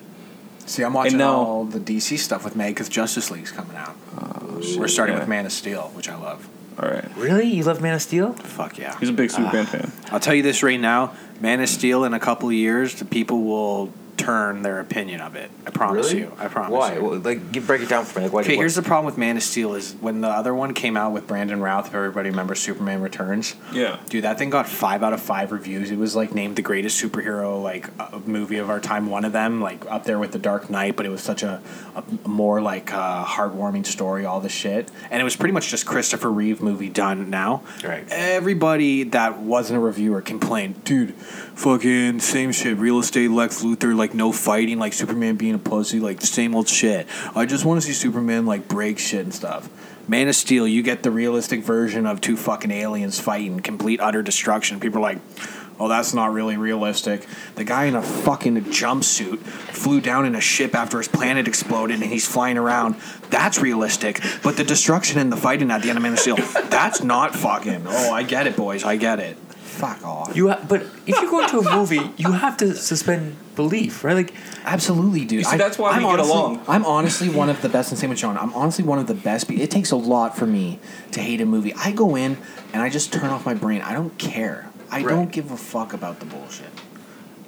S4: See, I'm watching
S3: And now-
S4: all the DC stuff with May because Justice League's coming out.
S1: Oh,
S4: We're starting
S3: yeah.
S4: with Man of Steel, which I love.
S3: All right.
S1: yeah. Really, you love Man of Steel?
S4: Fuck yeah!
S3: He's a big Superman fan.
S4: I'll tell you this right now: Man of Steel in a couple of years, the people will turn their opinion of it. I promise you. I promise.
S1: Why?
S4: You.
S1: Well, like, give, break it down for me. Like, why?
S4: Okay,
S1: what-
S4: here's the problem with Man of Steel is when the other one came out with Brandon Routh. If everybody remembers Superman Returns,
S3: Yeah.
S4: Dude, that thing got five out of five reviews. It was like named the greatest superhero like uh, movie of our time. One of them, like up there with The Dark Knight, but it was such a, a more like uh, heartwarming story. All the shit, and it was pretty much just Christopher Reeve movie done now.
S1: Right.
S4: Everybody that wasn't a reviewer complained, dude. Fucking same shit. Real estate, Lex Luthor, like no fighting, like Superman being a pussy, like same old shit. I just want to see Superman like break shit and stuff. Man of Steel, you get the realistic version of two fucking aliens fighting, complete utter destruction. People are like, oh, that's not really realistic. The guy in a fucking jumpsuit flew down in a ship after his planet exploded and he's flying around. That's realistic. But the destruction and the fighting at the end of Man of Steel, that's not fucking. Oh, I get it, boys. I get it. Fuck off.
S1: You ha- but if you go to a movie, you have to suspend belief, right? Like,
S4: Absolutely, dude.
S3: You see, that's why we get
S4: honestly,
S3: along.
S4: I'm honestly one of the best in Sam and John. I'm honestly one of the best. Be- it takes a lot for me to hate a movie. I go in and I just turn off my brain. I don't care. I don't give a fuck about the bullshit.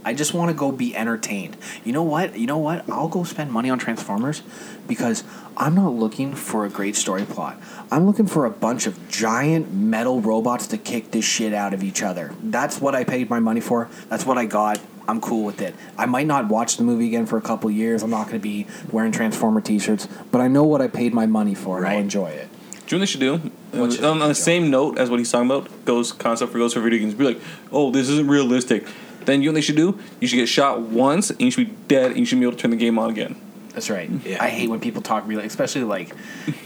S4: I just want to go be entertained. You know what? You know what? I'll go spend money on Transformers because I'm not looking for a great story plot. I'm looking for a bunch of giant metal robots to kick this shit out of each other. That's what I paid my money for. That's what I got. I'm cool with it. I might not watch the movie again for a couple years. I'm not going to be wearing Transformer t-shirts, but I know what I paid my money for and I'll
S1: Right.
S4: enjoy it.
S3: Do you know what they should do? Uh,
S4: What should
S3: on,
S4: they
S3: on the
S4: do?
S3: same note as what he's talking about, goes concept for goes for video games. Be like, oh, this isn't realistic. Then you know what they should do? You should get shot once, and you should be dead, and you should be able to turn the game on again.
S4: That's right.
S1: Yeah.
S4: I hate when people talk real, especially like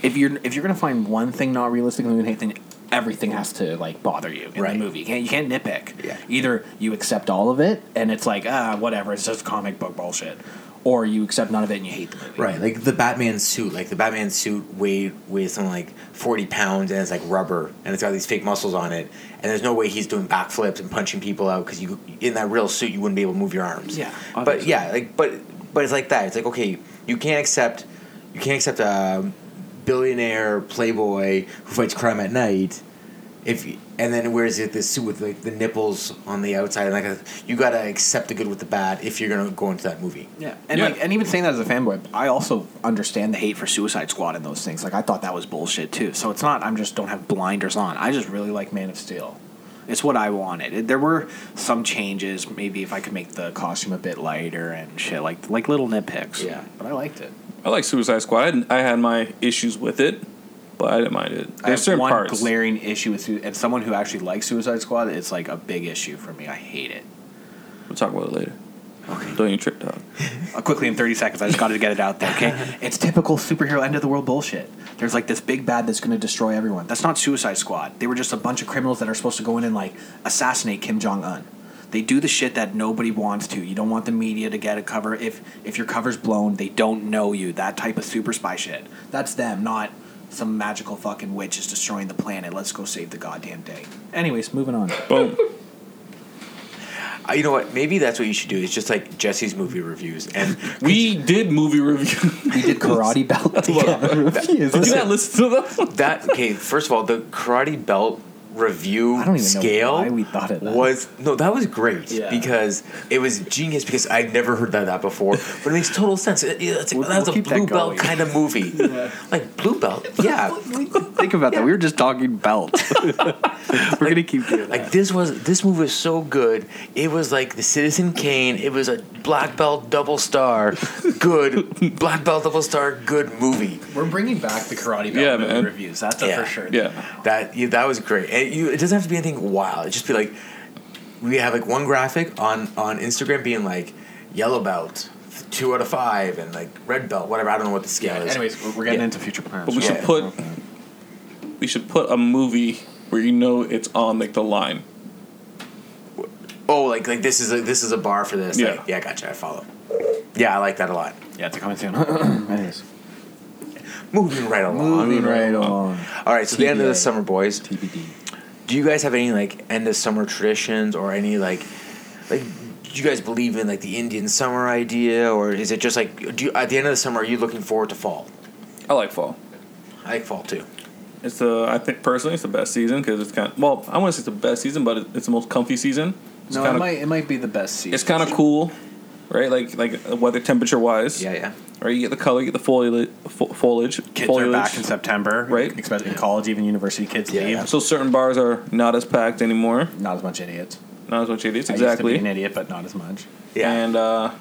S4: if you're if you're gonna find one thing not realistic in the movie, then everything has to like bother you in
S1: Right.
S4: the movie. You can't, you can't nitpick.
S1: Yeah.
S4: Either you accept all of it and it's like ah whatever, it's just comic book bullshit, or you accept none of it and you hate the movie.
S1: right, like the Batman suit. Like the Batman suit weighed weighs something like forty pounds, and it's like rubber, and it's got these fake muscles on it. And there's no way he's doing backflips and punching people out because you in that real suit you wouldn't be able to move your arms.
S4: Yeah,
S1: but
S4: obviously.
S1: yeah, like but but it's like that. It's like okay, you can't accept you can't accept a billionaire playboy who fights crime at night. If and then wears it this suit with like the nipples on the outside, and like a, you gotta accept the good with the bad if you're gonna go into that movie.
S4: Yeah, and
S3: Yeah.
S4: like, and even saying that as a fanboy, I also understand the hate for Suicide Squad and those things. Like, I thought that was bullshit too. So it's not. I'm just don't have blinders on. I just really like Man of Steel. It's what I wanted. It- there were some changes, maybe if I could make the costume a bit lighter and shit, like like little nitpicks.
S1: Yeah.
S4: but I liked it.
S3: I like Suicide Squad. I had my issues with it. but I didn't mind it.
S4: I
S3: There's
S4: have
S3: certain
S4: one
S3: parts.
S4: glaring issue with Su- and someone who actually likes Suicide Squad, it's like a big issue for me. I hate it.
S3: we'll talk about it later. Don't even trip, dog.
S4: Uh, quickly in 30 seconds. I just got to get it out there, okay? It's typical superhero end of the world bullshit. There's like this big bad that's going to destroy everyone. That's not Suicide Squad. They were just a bunch of criminals that are supposed to go in and like assassinate Kim Jong Un. They do the shit that nobody wants to. You don't want the media to get a cover. If if your cover's blown, they don't know you. That type of super spy shit. That's them, not some magical fucking witch is destroying the planet. Let's go save the goddamn day. Anyways, moving on.
S3: Boom.
S1: Uh, you know what? Maybe that's what you should do. It's just like Jesse's movie reviews, and
S3: we did movie review.
S4: We did karate belt. together.
S3: Did you not listen to that? one?
S1: that okay. First of all, the karate belt review
S4: I don't even know
S1: scale
S4: why we thought of that.
S1: was no, that was great
S4: Yeah.
S1: because it was genius because I'd never heard that, that before, but it makes total sense. It- it- it's like,
S4: We'll-
S1: that was
S4: we'll
S1: a
S4: keep that
S1: blue belt
S4: going.
S1: kind of movie, like blue belt, yeah.
S4: Think about that. We were just talking belt. we're gonna keep doing that.
S1: Like this was this movie was so good. It was like the Citizen Kane. It was a black belt double star, good black belt double star, good movie.
S4: We're bringing back the karate belt
S3: Yeah,
S4: movie
S3: man.
S4: reviews. That's a
S1: Yeah.
S4: for sure.
S3: Yeah.
S1: That yeah, that was great. And you, it doesn't have to be anything wild. It just be like we have like one graphic on on Instagram being like yellow belt, two out of five, and like red belt, whatever. I don't know what the scale is.
S4: Anyways, we're, we're getting
S1: Yeah.
S4: into future plans.
S3: But we should
S1: Yeah.
S3: put we should put a movie where you know it's on like the line.
S1: oh, like like this is a, this is a bar for this.
S3: Yeah.
S1: Like, yeah, gotcha. I follow. Yeah, I like that a lot.
S4: yeah, it's a comment soon. Anyways,
S1: Moving right along.
S3: Moving right
S4: on.
S1: All right, so the end of the
S4: TBA.
S1: summer, boys.
S4: TBD.
S1: Do you guys have any like end of summer traditions or any like like do you guys believe in like the Indian summer idea or is it just like do you, at the end of the summer are you looking forward to fall?
S3: I like fall.
S1: I like fall too.
S3: It's the I think personally it's the best season because it's kind of well I wouldn't say it's the best season but it- it's the most comfy season. It's
S4: No,
S3: kind
S4: it
S3: of
S4: might it might be the best season.
S3: it's kind of cool, right? Like like uh, weather temperature wise.
S1: yeah.
S3: Right, you get the color, you get the foliage, foliage,
S4: Kids
S3: foliage.
S4: are back in September,
S3: Right.
S4: Especially in college, even university kids
S1: Yeah,
S4: leave.
S1: yeah.
S3: So certain bars are not as packed anymore.
S4: Not as much idiots.
S3: Not as much idiots,
S4: I used to be
S3: exactly.
S4: an idiot, but not as much.
S1: Yeah.
S3: And uh,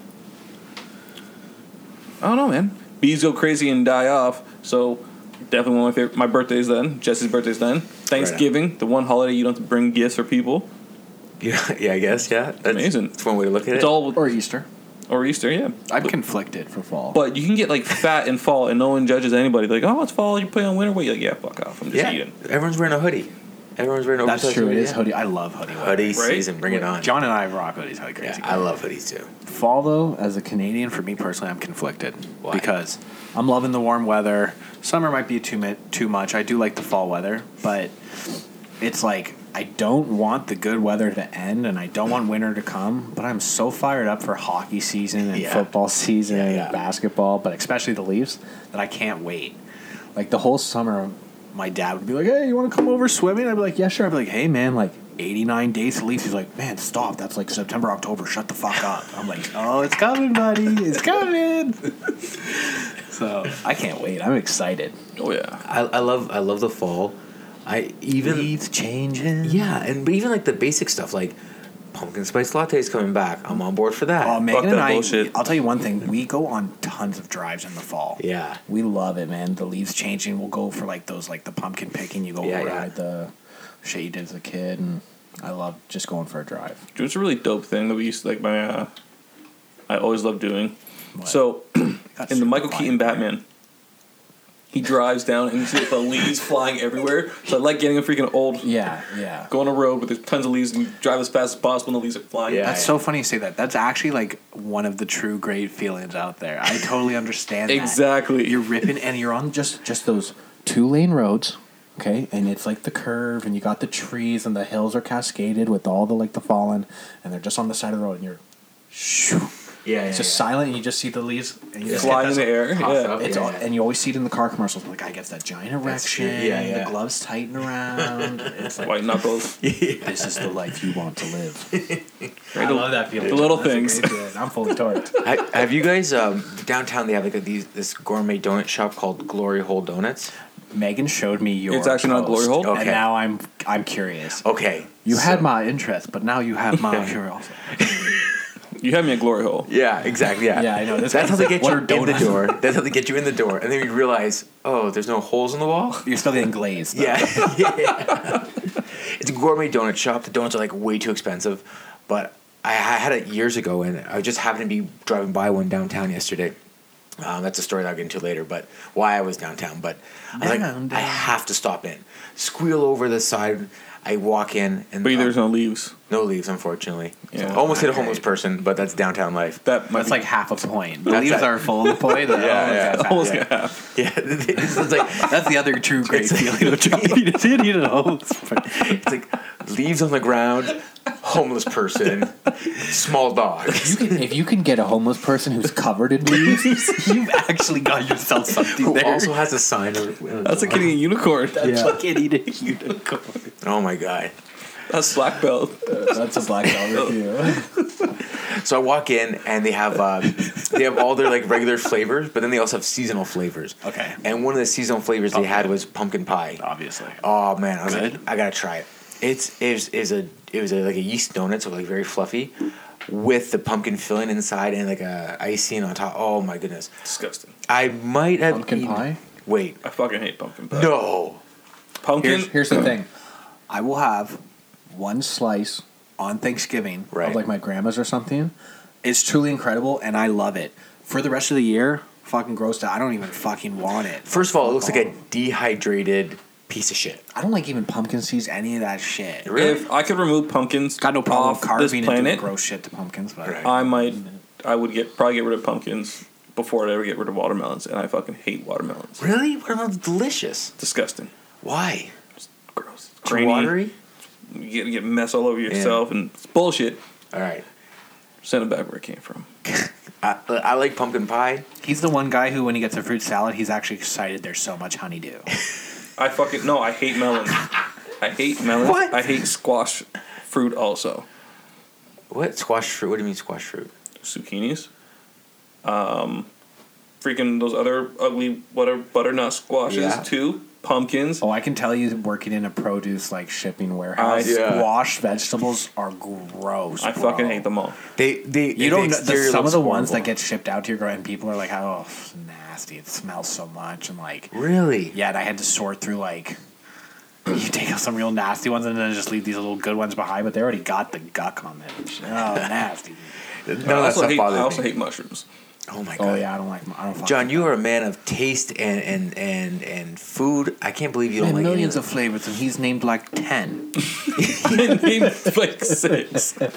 S3: I don't know, man. Bees go crazy and die off. So definitely one of my favorite. My birthday's then. Jesse's birthday's then. Thanksgiving, the one holiday you don't have to bring gifts for people.
S1: yeah, yeah, I guess, yeah. That's,
S3: Amazing.
S1: That's one way to look at
S3: It's
S1: it.
S3: all
S4: Or Easter.
S3: or Easter, yeah.
S4: I'm conflicted for fall.
S3: But you can get like fat in fall, and no one judges anybody. Like, oh, it's fall. You put on winter weight. You're like, yeah, fuck off. I'm just
S1: yeah.
S3: eating.
S1: Everyone's wearing a hoodie. Everyone's wearing an
S4: that's
S1: oversized
S4: true. It is
S1: yeah.
S4: hoodie. I love hoodie. weather.
S1: Hoodie
S3: Right?
S1: season, bring it on.
S4: John and I rock hoodies like crazy.
S1: yeah, I love hoodies too.
S4: fall though as a canadian for me personally i'm conflicted
S1: Why?
S4: because i'm loving the warm weather summer might be too, mi- too much i do like the fall weather but it's like i don't want the good weather to end and i don't want winter to come but i'm so fired up for hockey season and
S1: Yeah.
S4: football season
S1: Yeah,
S4: and
S1: yeah.
S4: basketball but especially the leafs that i can't wait like the whole summer my dad would be like hey you want to come over swimming i'd be like yeah sure i'd be like hey man like 89 days to leaves he's like man stop that's like september october shut the fuck up i'm like oh it's coming buddy it's coming so i can't wait i'm excited
S3: Oh yeah.
S1: I, I love I love the fall. I even
S4: leaves changing
S1: Yeah, and but even like the basic stuff like pumpkin spice lattes coming back. I'm on board for that.
S4: oh megan
S3: that
S4: and i
S3: bullshit.
S4: i'll tell you one thing we go on tons of drives in the fall
S1: Yeah.
S4: we love it man the leaves changing we'll go for like those like the pumpkin picking you go
S1: Yeah,
S4: yeah,
S1: yeah.
S4: ride the shit you did as a kid and i love just going for a drive
S3: Dude, it's a really dope thing that we used to like. My uh, I always love doing. So
S4: Got
S3: in the
S4: super
S3: Michael
S4: quiet.
S3: Keaton Batman. He drives down and you see like, the leaves flying everywhere. So I like getting a freaking old
S4: Yeah, yeah.
S3: go on a road with tons of leaves and you drive as fast as possible and the leaves are flying.
S1: Yeah.
S4: That's so funny you say that. That's actually like one of the true great feelings out there. I totally understand that.
S3: Exactly.
S4: You're ripping and you're on just just those two lane roads, okay? And it's like the curve and you got the trees and the hills are cascaded with all the like the fallen and they're just on the side of the road and you're shoo.
S1: Yeah, yeah,
S4: It's just
S1: yeah.
S4: silent and you just see the leaves and you
S3: You
S4: just
S3: fly
S4: get
S3: in
S4: that-
S3: the air.
S1: Awesome.
S3: Yeah.
S4: it's
S1: Yeah,
S4: all,
S1: yeah.
S4: and you always see it in the car commercials. The guy gets that giant erection,
S1: Yeah, yeah.
S4: the gloves tighten around. it's like
S3: White knuckles.
S4: this is the life you want to live.
S3: Right?
S4: that feeling.
S3: The little things.
S4: I'm fully torqued.
S1: Ha- have you guys um, downtown? They have like these this gourmet donut shop called Glory Hole Donuts.
S4: Megan showed me your.
S3: It's actually not Glory Hole? Oh,
S4: and
S1: Okay.
S4: now I'm I'm curious.
S1: Okay,
S4: You
S1: so-
S4: had my interest, but now you have my curiosity.
S3: You had me at glory hole.
S1: Yeah, exactly. Yeah,
S4: Yeah, I know. This
S1: That's how they
S4: guy's
S1: get
S4: like,
S1: you in
S4: "What are
S1: the
S4: donuts?"
S1: door. That's how they get you in the door, and then you realize, oh, there's no holes in the wall.
S4: You're still getting glazed. though.
S1: Yeah, it's a gourmet donut shop. The donuts are like way too expensive, but I, I had it years ago, and I just happened to be driving by one downtown yesterday. Um, that's a story that I'll get into later, but why I was downtown. But I was like, I have to stop in. Squeal over the side. I walk in, and
S3: But there's no leaves.
S1: no leaves, unfortunately.
S3: Yeah.
S1: Almost hit a homeless person, but that's downtown life.
S3: That might
S4: That's
S3: be-
S4: like half a point. The
S1: That's
S4: leaves
S1: it.
S4: are full of the point.
S1: Yeah, yeah.
S3: almost got half.
S1: Yeah, it's
S4: It's like that's the other true great
S1: It's-
S4: feeling of John. He did eat it all.
S1: It's like leaves on the ground, homeless person, small dog.
S4: You can, if you can get a homeless person who's covered in leaves, you've actually got yourself something
S1: Who
S4: there.
S1: also has a sign. Of,
S3: That's a Canadian unicorn.
S4: That's fucking eating a unicorn.
S1: oh my god!
S3: That's black belt.
S4: That's a black velvet you.
S1: So I walk in and they have uh, they have all their like regular flavors, but then they also have seasonal flavors.
S4: Okay.
S1: And one of the seasonal flavors they had was pumpkin pie.
S4: Obviously.
S1: Oh man, I was like,
S4: Good?
S1: I gotta try it. It's is is a it was a, like a yeast donut, so like very fluffy, with the pumpkin filling inside and like a icing on top. Oh my goodness,
S3: Disgusting.
S1: I might have
S4: Pumpkin
S1: eaten-
S4: pie?
S1: Wait,
S3: I fucking hate pumpkin pie.
S1: no.
S3: Pumpkin.
S4: Here's, here's the thing. I will have one slice on Thanksgiving
S1: Right.
S4: of like my grandma's or something. It's truly incredible, and I love it. For the rest of the year, fucking grossed out. I don't even fucking want it.
S1: First of all, it looks like a dehydrated piece of shit.
S4: I don't like even pumpkin seeds, any of that shit.
S3: If I could remove pumpkins
S4: Got no problem
S3: off this
S4: carving and doing
S3: planet,
S4: gross shit to pumpkins, but
S1: Right.
S3: I might, I would get probably get rid of pumpkins before I'd ever get rid of watermelons, and I fucking hate watermelons.
S1: Really? What about delicious?
S3: Disgusting,
S1: Why?
S3: gross,
S1: Too watery?
S3: You get, get mess all over yourself, and it's bullshit.
S1: All right.
S3: Send it back where it came from.
S1: I, I like pumpkin pie.
S4: he's the one guy who, when he gets a fruit salad, he's actually excited there's so much honeydew.
S3: I fucking no, I hate melons. I hate melons.
S1: What?
S3: I hate squash fruit also.
S1: What squash fruit? What do you mean squash fruit?
S3: Zucchinis. Um, freaking those other ugly butter butternut squashes
S1: Yeah.
S3: too. Pumpkins.
S4: oh, I can tell you, working in a produce like shipping warehouse,
S3: I- Uh, Yeah.
S4: squash vegetables are gross.
S3: I
S4: bro.
S3: fucking hate them all.
S1: They they
S4: You don't know the, some of the ones that get shipped out to your grow and people are like, "Oh, it's nasty! It smells so much." And like,
S1: really
S4: yeah, and I had to sort through like, you take out some real nasty ones and then just leave these little good ones behind, but they already got the guck on them. Oh, nasty!
S1: No,
S3: I
S1: that's
S3: also,
S1: not
S3: hate, I
S1: bothering
S3: also
S1: me.
S3: hate mushrooms.
S1: Oh my god.
S4: Oh yeah, I don't like. I don't. Fucking
S1: John, you are a man of taste and and and and food. I can't believe you
S4: There
S1: don't
S4: are
S1: like
S4: millions
S1: any
S4: of flavors, and he's named like ten.
S3: Name like six. I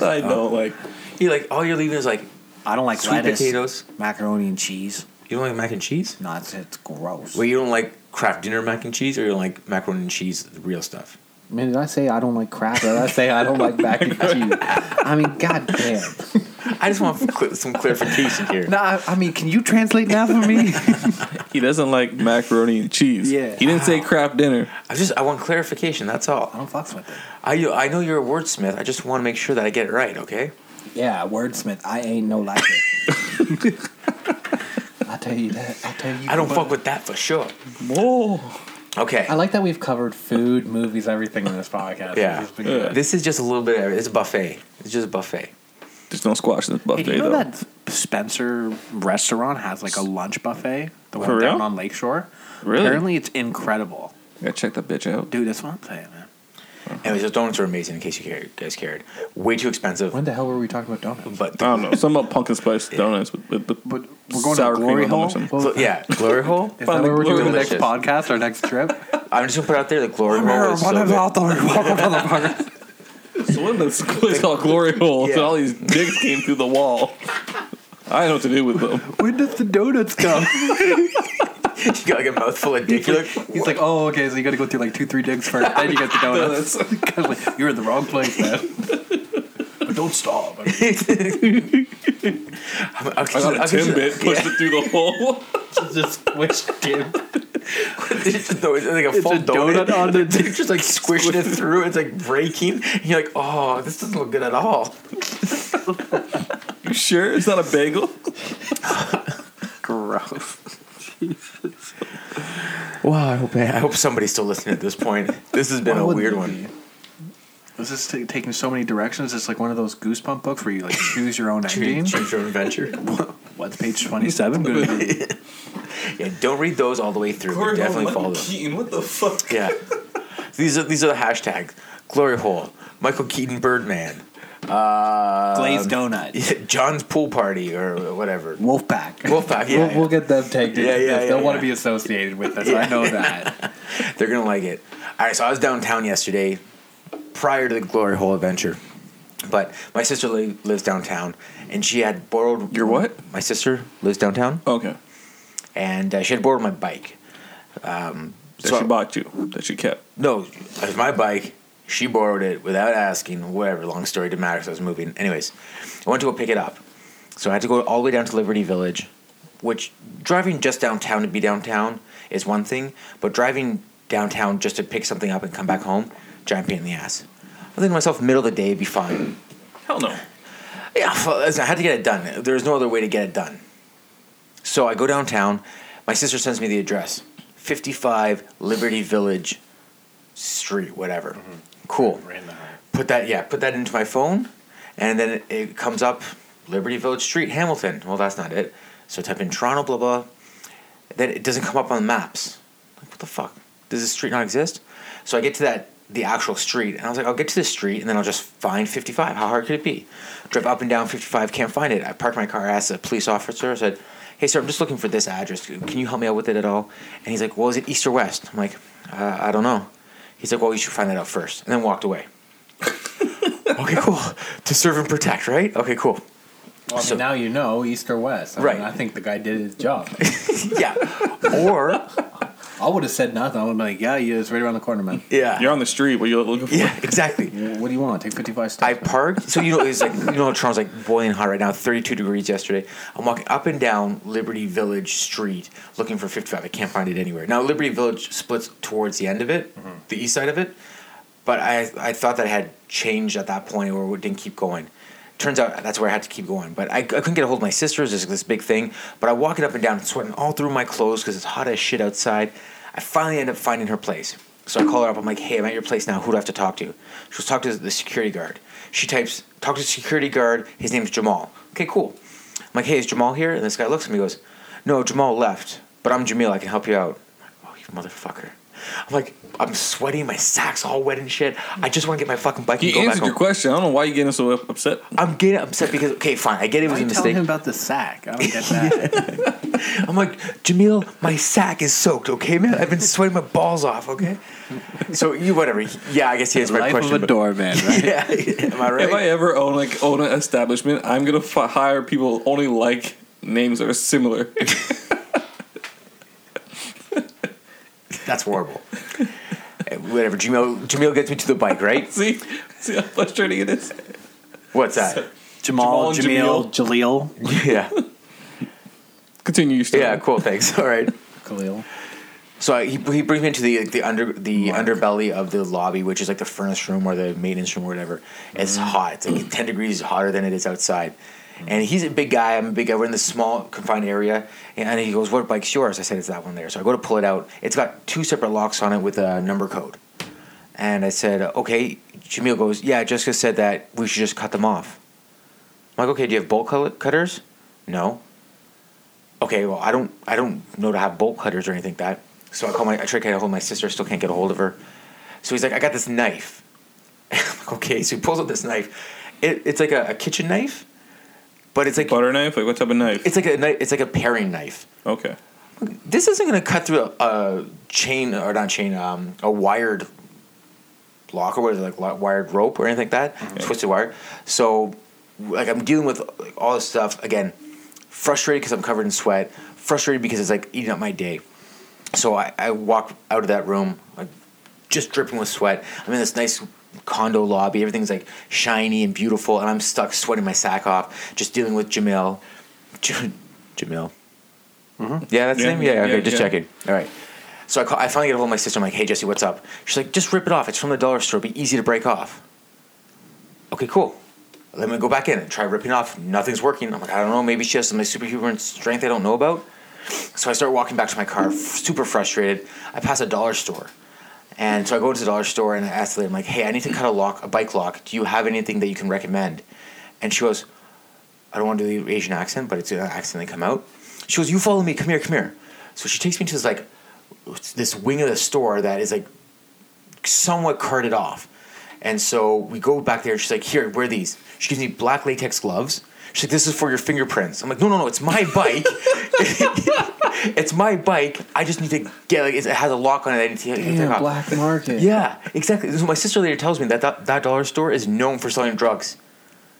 S4: Oh.
S3: don't like.
S1: of you like all you're leaving is like
S4: I don't like
S1: sweet
S4: lettuce,
S1: potatoes.
S4: macaroni and cheese.
S1: You don't like mac and cheese?
S4: No, it's, it's gross.
S1: Well, you don't like craft dinner mac and cheese, or you don't like macaroni and cheese, the real stuff.
S4: Man, did I say I don't like crap? Did I say I don't like mac and cheese? I mean, goddamn.
S1: I just want cl- some clarification here.
S4: No, I, I mean, can you translate that for me?
S3: He doesn't like macaroni and cheese.
S4: Yeah.
S3: He didn't say crap dinner.
S1: I just I want clarification. That's all.
S4: I don't fucks with it.
S1: I you- I know you're a wordsmith. I just want to make sure that I get it right. Okay.
S4: Yeah, wordsmith. I ain't no like it. I tell you that. I tell you.
S1: I don't
S4: what.
S1: fuck with that for sure.
S3: Whoa.
S1: Okay.
S4: I like that we've covered food, movies, everything in this podcast.
S1: Yeah.
S4: It's been good.
S1: This is just a little bit. Of, it's a buffet. It's just a buffet.
S3: There's no squash in this
S4: Hey,
S3: buffet
S4: do you know
S3: though.
S4: that Spencer restaurant has like a lunch buffet? The one
S3: For real?
S4: down on Lakeshore.
S3: Really?
S4: Apparently, it's incredible.
S3: I gotta check that bitch out.
S4: Dude, that's what I'm saying, man.
S1: Anyways, those donuts are amazing. In case you care- guys cared, way too expensive.
S4: When the hell were we talking about donuts?
S1: But
S3: I don't know. Something about pumpkin spice donuts with, with, with
S4: But we're going
S3: Sour
S4: to
S3: cream
S4: Glory
S3: on
S4: Hole.
S3: them or
S4: Well,
S1: Glo- yeah, glory hole.
S4: Is
S3: Fun
S4: that what we're doing the next
S1: delicious.
S4: podcast, our next trip?
S1: I'm just gonna put out there the glory hole is so good.
S3: So when the school is called glory holes,
S1: Yeah.
S3: and all these dicks came through the wall. I don't know what to do with them.
S4: When does the donuts come?
S1: you got like a mouthful of dick. You're like,
S4: He's like, oh, okay, so you gotta go through like two, three digs first, then you get the donuts. Like, You're in the wrong place, man. but don't stop. I mean,
S1: I'm, I'll get
S3: I
S1: you-
S3: got a
S1: I'll get you-
S3: Timbit, pushed it through the hole.
S4: just squish dip.
S1: It's just no, it's like a full donut.
S4: on the dick.
S1: Just like squishing it through. It's like breaking. And you're like, oh, this doesn't look good at all.
S3: You sure it's not a bagel?
S4: Gross.
S1: Wow, I hope I hope somebody's still listening at this point. This has been a weird one.
S4: This is t- taking so many directions. It's like one of those goosebump books where you like choose your own ending.
S1: Choose your own adventure.
S4: What's page twenty-seven going to be?
S1: yeah, don't read those all the way through. But definitely follow them.
S3: Keaton, what the fuck?
S1: Yeah. these are these are the hashtags. Glory hole. Michael Keaton Birdman. Um,
S5: Glazed donut.
S1: John's pool party or whatever.
S5: Wolfpack.
S1: Wolfpack. Yeah,
S4: we'll,
S1: yeah.
S4: we'll get them tagged. in.
S1: Yeah, yeah,
S4: They'll
S1: yeah,
S4: want
S1: yeah.
S4: to be associated with us. I know that.
S1: They're gonna like it. All right, so I was downtown yesterday, prior to the glory hole adventure, but my sister li- lives downtown, and she had borrowed
S3: Your what?
S1: My sister lives downtown,
S3: Okay.
S1: and uh, she had borrowed my bike.
S3: That
S1: So-
S3: she bought you. That she kept.
S1: No, it was my bike. She borrowed it without asking. Whatever. Long story didn't matter 'cause I was moving. Anyways, I went to go pick it up, so I had to go all the way down to Liberty Village, which driving just downtown to be downtown is one thing, but driving downtown just to pick something up and come back home, giant pain in the ass. I think to myself, middle of the day, be fine.
S3: Hell no.
S1: Yeah, f- listen, I had to get it done. There's no other way to get it done. So I go downtown. My sister sends me the address 55 Liberty Village Street, whatever. Cool. Put that, yeah, put that into my phone, and then it, it comes up Liberty Village Street, Hamilton. Well, that's not it. So I type in Toronto, blah, blah. Then it doesn't come up on maps. Like, what the fuck? Does this street not exist? So I get to that the actual street, and I was like, I'll get to this street, and then I'll just find 55. How hard could it be? Drive up and down 55, can't find it. I parked my car, asked a police officer, I said, Hey, sir, I'm just looking for this address. Can you help me out with it at all? And he's like, Well, is it east or west? I'm like, uh, I don't know. He's like, Well, you should find that out first, and then walked away. okay, cool. To serve and protect, right? Okay, cool.
S4: Well, I mean,
S1: So-
S4: now you know east or west. I
S1: Right.
S4: Mean, I think the guy did his job.
S1: Yeah. or,
S4: I would have said nothing. I would have been like, "Yeah, yeah, it's right around the corner, man.
S1: yeah.
S3: You're on the street. What you looking for?
S1: Ah. yeah, exactly.
S4: What do you want? Take fifty-five steps."
S1: I parked. So you know, it's like you know, Toronto's like boiling hot right now. Thirty-two degrees yesterday. I'm walking up and down Liberty Village Street looking for 55. I can't find it anywhere. Now Liberty Village splits towards the end of it, the east side of it. But I I thought that it had changed at that point, or it didn't keep going. Turns out that's where I had to keep going. But I, I couldn't get a hold of my sisters. There's this big thing. But I walk it up and down, sweating all through my clothes because it's hot as shit outside. I finally end up finding her place. So I call her up. I'm like, hey, I'm at your place now. Who do I have to talk to? She goes, talk to the security guard. She types, talk to the security guard. His name's Jamal. Okay, cool. I'm like, hey, is Jamal here? And this guy looks at me and goes, no, Jamal left. But I'm Jamil. I can help you out. I'm like, oh, you motherfucker. I'm like, I'm sweating. My sack's all wet and shit. I just want to get my fucking bike and
S3: He
S1: go back
S3: answered
S1: home.
S3: your question. I don't know why you're getting so up- upset.
S1: I'm getting upset because, okay, fine. I get it was
S4: Why
S1: a
S4: you
S1: mistake.
S4: telling him about the sack? I don't get that.
S1: I'm like, Jamil, my sack is soaked, okay, man? I've been sweating my balls off, okay? So, you, whatever. Yeah, I guess he answered my
S4: Life
S1: question.
S4: of a
S1: but-
S4: doorman, right?
S1: Yeah, am I right?
S3: If I ever own like own an establishment, I'm gonna fi- hire people only like names that are similar.
S1: That's horrible. Uh, Whatever, Jamil, Jamil gets me to the bike, right?
S3: see, see how frustrating it is.
S1: What's that?
S4: Jamal,
S3: Jamal
S4: Jamil, Jaleel,
S1: Yeah.
S3: Continue your story.
S1: Yeah, cool, thanks. All right.
S4: Khalil.
S1: So I, he, he brings me into the the under the underbelly of the lobby, which is like the furnace room or the maintenance room or whatever. It's hot. It's like ten degrees hotter than it is outside. And he's a big guy. I'm a big guy. We're in this small confined area, and he goes, "What bike's yours?" I said, "It's that one there." So I go to pull it out. It's got two separate locks on it with a number code. And I said, "Okay." Jamil goes, "Yeah, Jessica said that we should just cut them off." I'm like, "Okay, do you have bolt cut- cutters?" No okay, well, I don't, I don't know to have bolt cutters or anything like that. So I call my, I try to get a hold of my sister, still can't get a hold of her. So he's like, I got this knife. I'm like, okay, so he pulls out this knife. It, it's like a, a kitchen knife, but it's like
S3: Butter knife? Like what type of knife?
S1: it's like a knife, it's like a paring knife.
S3: okay.
S1: This isn't gonna cut through a, a chain or not chain, um, a wired lock or what is it like li- wired rope or anything like that, twisted wire. So like I'm dealing with like, all this stuff again, frustrated because I'm covered in sweat, frustrated because it's like eating up my day. So I, I walk out of that room like just dripping with sweat. I'm in this nice condo lobby. Everything's like shiny and beautiful, and I'm stuck sweating my sack off, just dealing with Jamil. J- Jamil. Yeah, that's
S3: Mm-hmm. Yeah,
S1: the name. Yeah,
S3: yeah,
S1: okay,
S3: yeah,
S1: just
S3: yeah.
S1: checking. All right. So I, call, I finally get a hold of my sister. I'm like, hey, Jesse, what's up? She's like, just rip it off. It's from the dollar store. It'd be easy to break off. Okay, cool. Let me go back in and try ripping it off. Nothing's working. I'm like, I don't know. Maybe she has some superhuman strength I don't know about. So I start walking back to my car, f- super frustrated. I pass a dollar store. And so I go to the dollar store and I ask the lady, I'm like, hey, I need to cut a lock, a bike lock. Do you have anything that you can recommend? And she goes, I don't want to do the Asian accent, but it's gonna accidentally come out. She goes, you follow me, come here, come here. So she takes me to this like this wing of the store that is like somewhat carted off. And so we go back there. She's like, here, wear these. She gives me black latex gloves. She's like, this is for your fingerprints. I'm like, no, no, no, it's my bike. it's my bike. I just need to get, like, it has a lock on it. I need to take
S5: Damn,
S1: off.
S5: black market.
S1: Yeah, exactly. So my sister later tells me that, that that dollar store is known for selling drugs.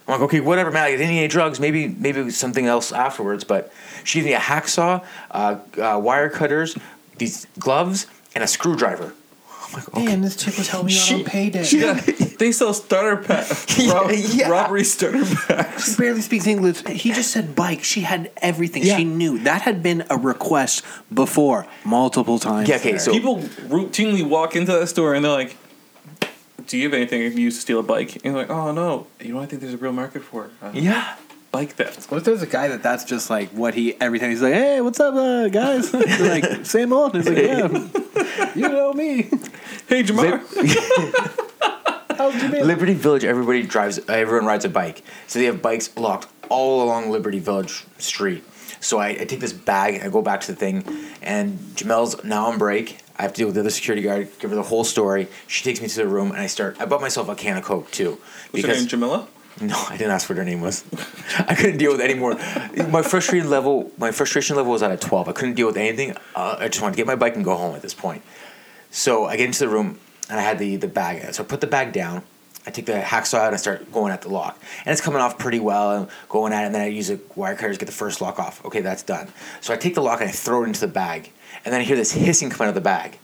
S1: I'm like, okay, whatever, man. I didn't need any drugs. Maybe maybe it was something else afterwards. But she gave me a hacksaw, uh, uh, wire cutters, these gloves, and a screwdriver. I'm like, okay.
S5: Damn, this chick was helping me out on
S1: She-
S5: payday. She,
S3: Yeah. they sell starter pack, rob-
S1: Yeah.
S3: robbery starter packs.
S5: barely speaks English. He just said bike. She had everything.
S1: Yeah.
S5: She knew that had been a request before multiple times.
S1: Yeah, okay, so-
S3: People routinely walk into that store and they're like, "Do you have anything I can use to steal a bike?" And they're like, "Oh no, you know I think there's a real market for it. Uh,
S1: yeah.
S3: bike theft."
S5: What if there's a guy that that's just like what he every time he's like, hey, what's up, uh, guys? They're like same old. And he's like, yeah, you know me.
S3: Hey Jamar,
S5: How's you been?
S1: Liberty Village. Everybody drives. Everyone rides a bike. So they have bikes locked all along Liberty Village Street. So I, I take this bag. I go back to the thing, and Jamel's now on break. I have to deal with the other security guard. Give her the whole story. She takes me to the room, and I start. I bought myself a can of Coke too,
S3: what's your name, Jamila?
S1: no, I didn't ask what her name was. I couldn't deal with any more. My frustration level, my frustration level was at a twelve. I couldn't deal with anything. Uh, I just wanted to get my bike and go home at this point. So I get into the room and I had the the bag. So I put the bag down. I take the hacksaw out and I start going at the lock, and it's coming off pretty well. And going at it, and then I use a wire cutter to get the first lock off. Okay, that's done. So I take the lock and I throw it into the bag, and then I hear this hissing come out of the bag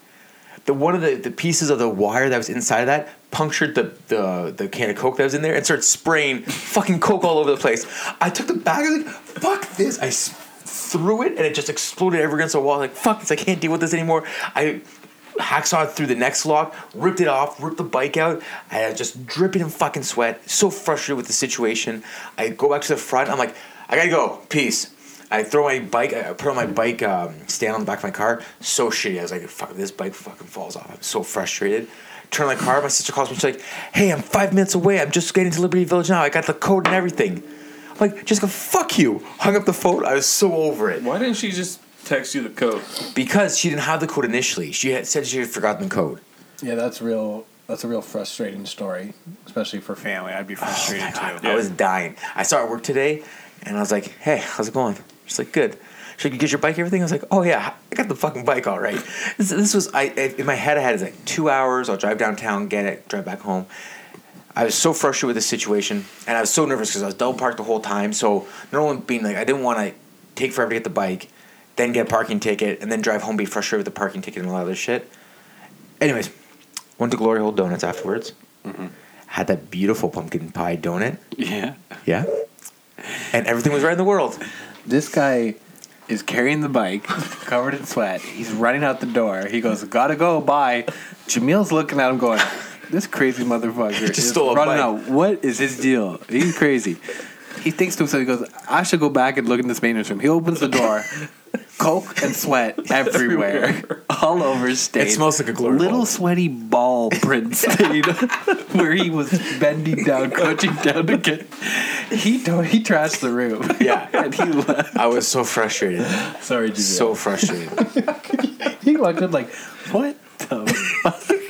S1: the one of the, the pieces of the wire that was inside of that punctured the, the the can of coke that was in there and started spraying fucking coke all over the place. I took the bag I was like fuck this. I s- threw it and it just exploded every against the wall. Like fuck this. I can't deal with this anymore. I hacksawed through the next lock, ripped it off, ripped the bike out. I was just dripping in fucking sweat. So frustrated with the situation. I go back to the front. I'm like I gotta go. Peace. I throw my bike. I put on my bike um, stand on the back of my car. So shitty. I was like, "Fuck, this bike fucking falls off." I'm so frustrated. Turn my car. My sister calls me. She's like, "Hey, I'm five minutes away. I'm just getting to Liberty Village now. I got the code and everything." I'm like, "Jessica, fuck you." Hung up the phone. I was so over it
S3: Why didn't she just text you the code?
S1: because she didn't have the code initially. She had said she had forgotten the code.
S4: Yeah, that's real. That's a real frustrating story, especially for family. I'd be
S5: Oh,
S4: frustrated too.
S1: I was dying. I saw her at work today, and I was like, "Hey, how's it going?" She's like, "Good." She's like, "You get your bike, everything?" I was like, "Oh yeah, I got the fucking bike all right." This, this was I I- in my head. I had like two hours. I'll drive downtown, get it, drive back home. I was so frustrated with the situation, and I was so nervous because I was double parked the whole time. So not only being like, I didn't want to take forever to get the bike, then get a parking ticket, and then drive home, be frustrated with the parking ticket and all that other shit. Anyways, went to Glory Hole Donuts afterwards. Had that beautiful pumpkin pie donut.
S5: Yeah.
S1: Yeah. And everything was right in the world.
S5: This guy is carrying the bike, covered in sweat. He's running out the door. He goes, "Gotta go, bye." Jamil's looking at him, going, "This crazy motherfucker
S1: Just
S5: is
S1: stole a
S5: running
S1: bike.
S5: out. What is his deal? He's crazy." He thinks to himself, he goes, "I should go back and look in this maintenance room." He opens the door. Coke and sweat everywhere, all over his stage.
S1: It smells like a glory
S5: little
S1: hole.
S5: sweaty ball print stain where he was bending down, crouching down to get. He to- he trashed the room.
S1: Yeah.
S5: And he left.
S1: I was so frustrated.
S4: Sorry,
S1: So
S4: Giselle.
S1: frustrated. It
S5: He walked in like, what the?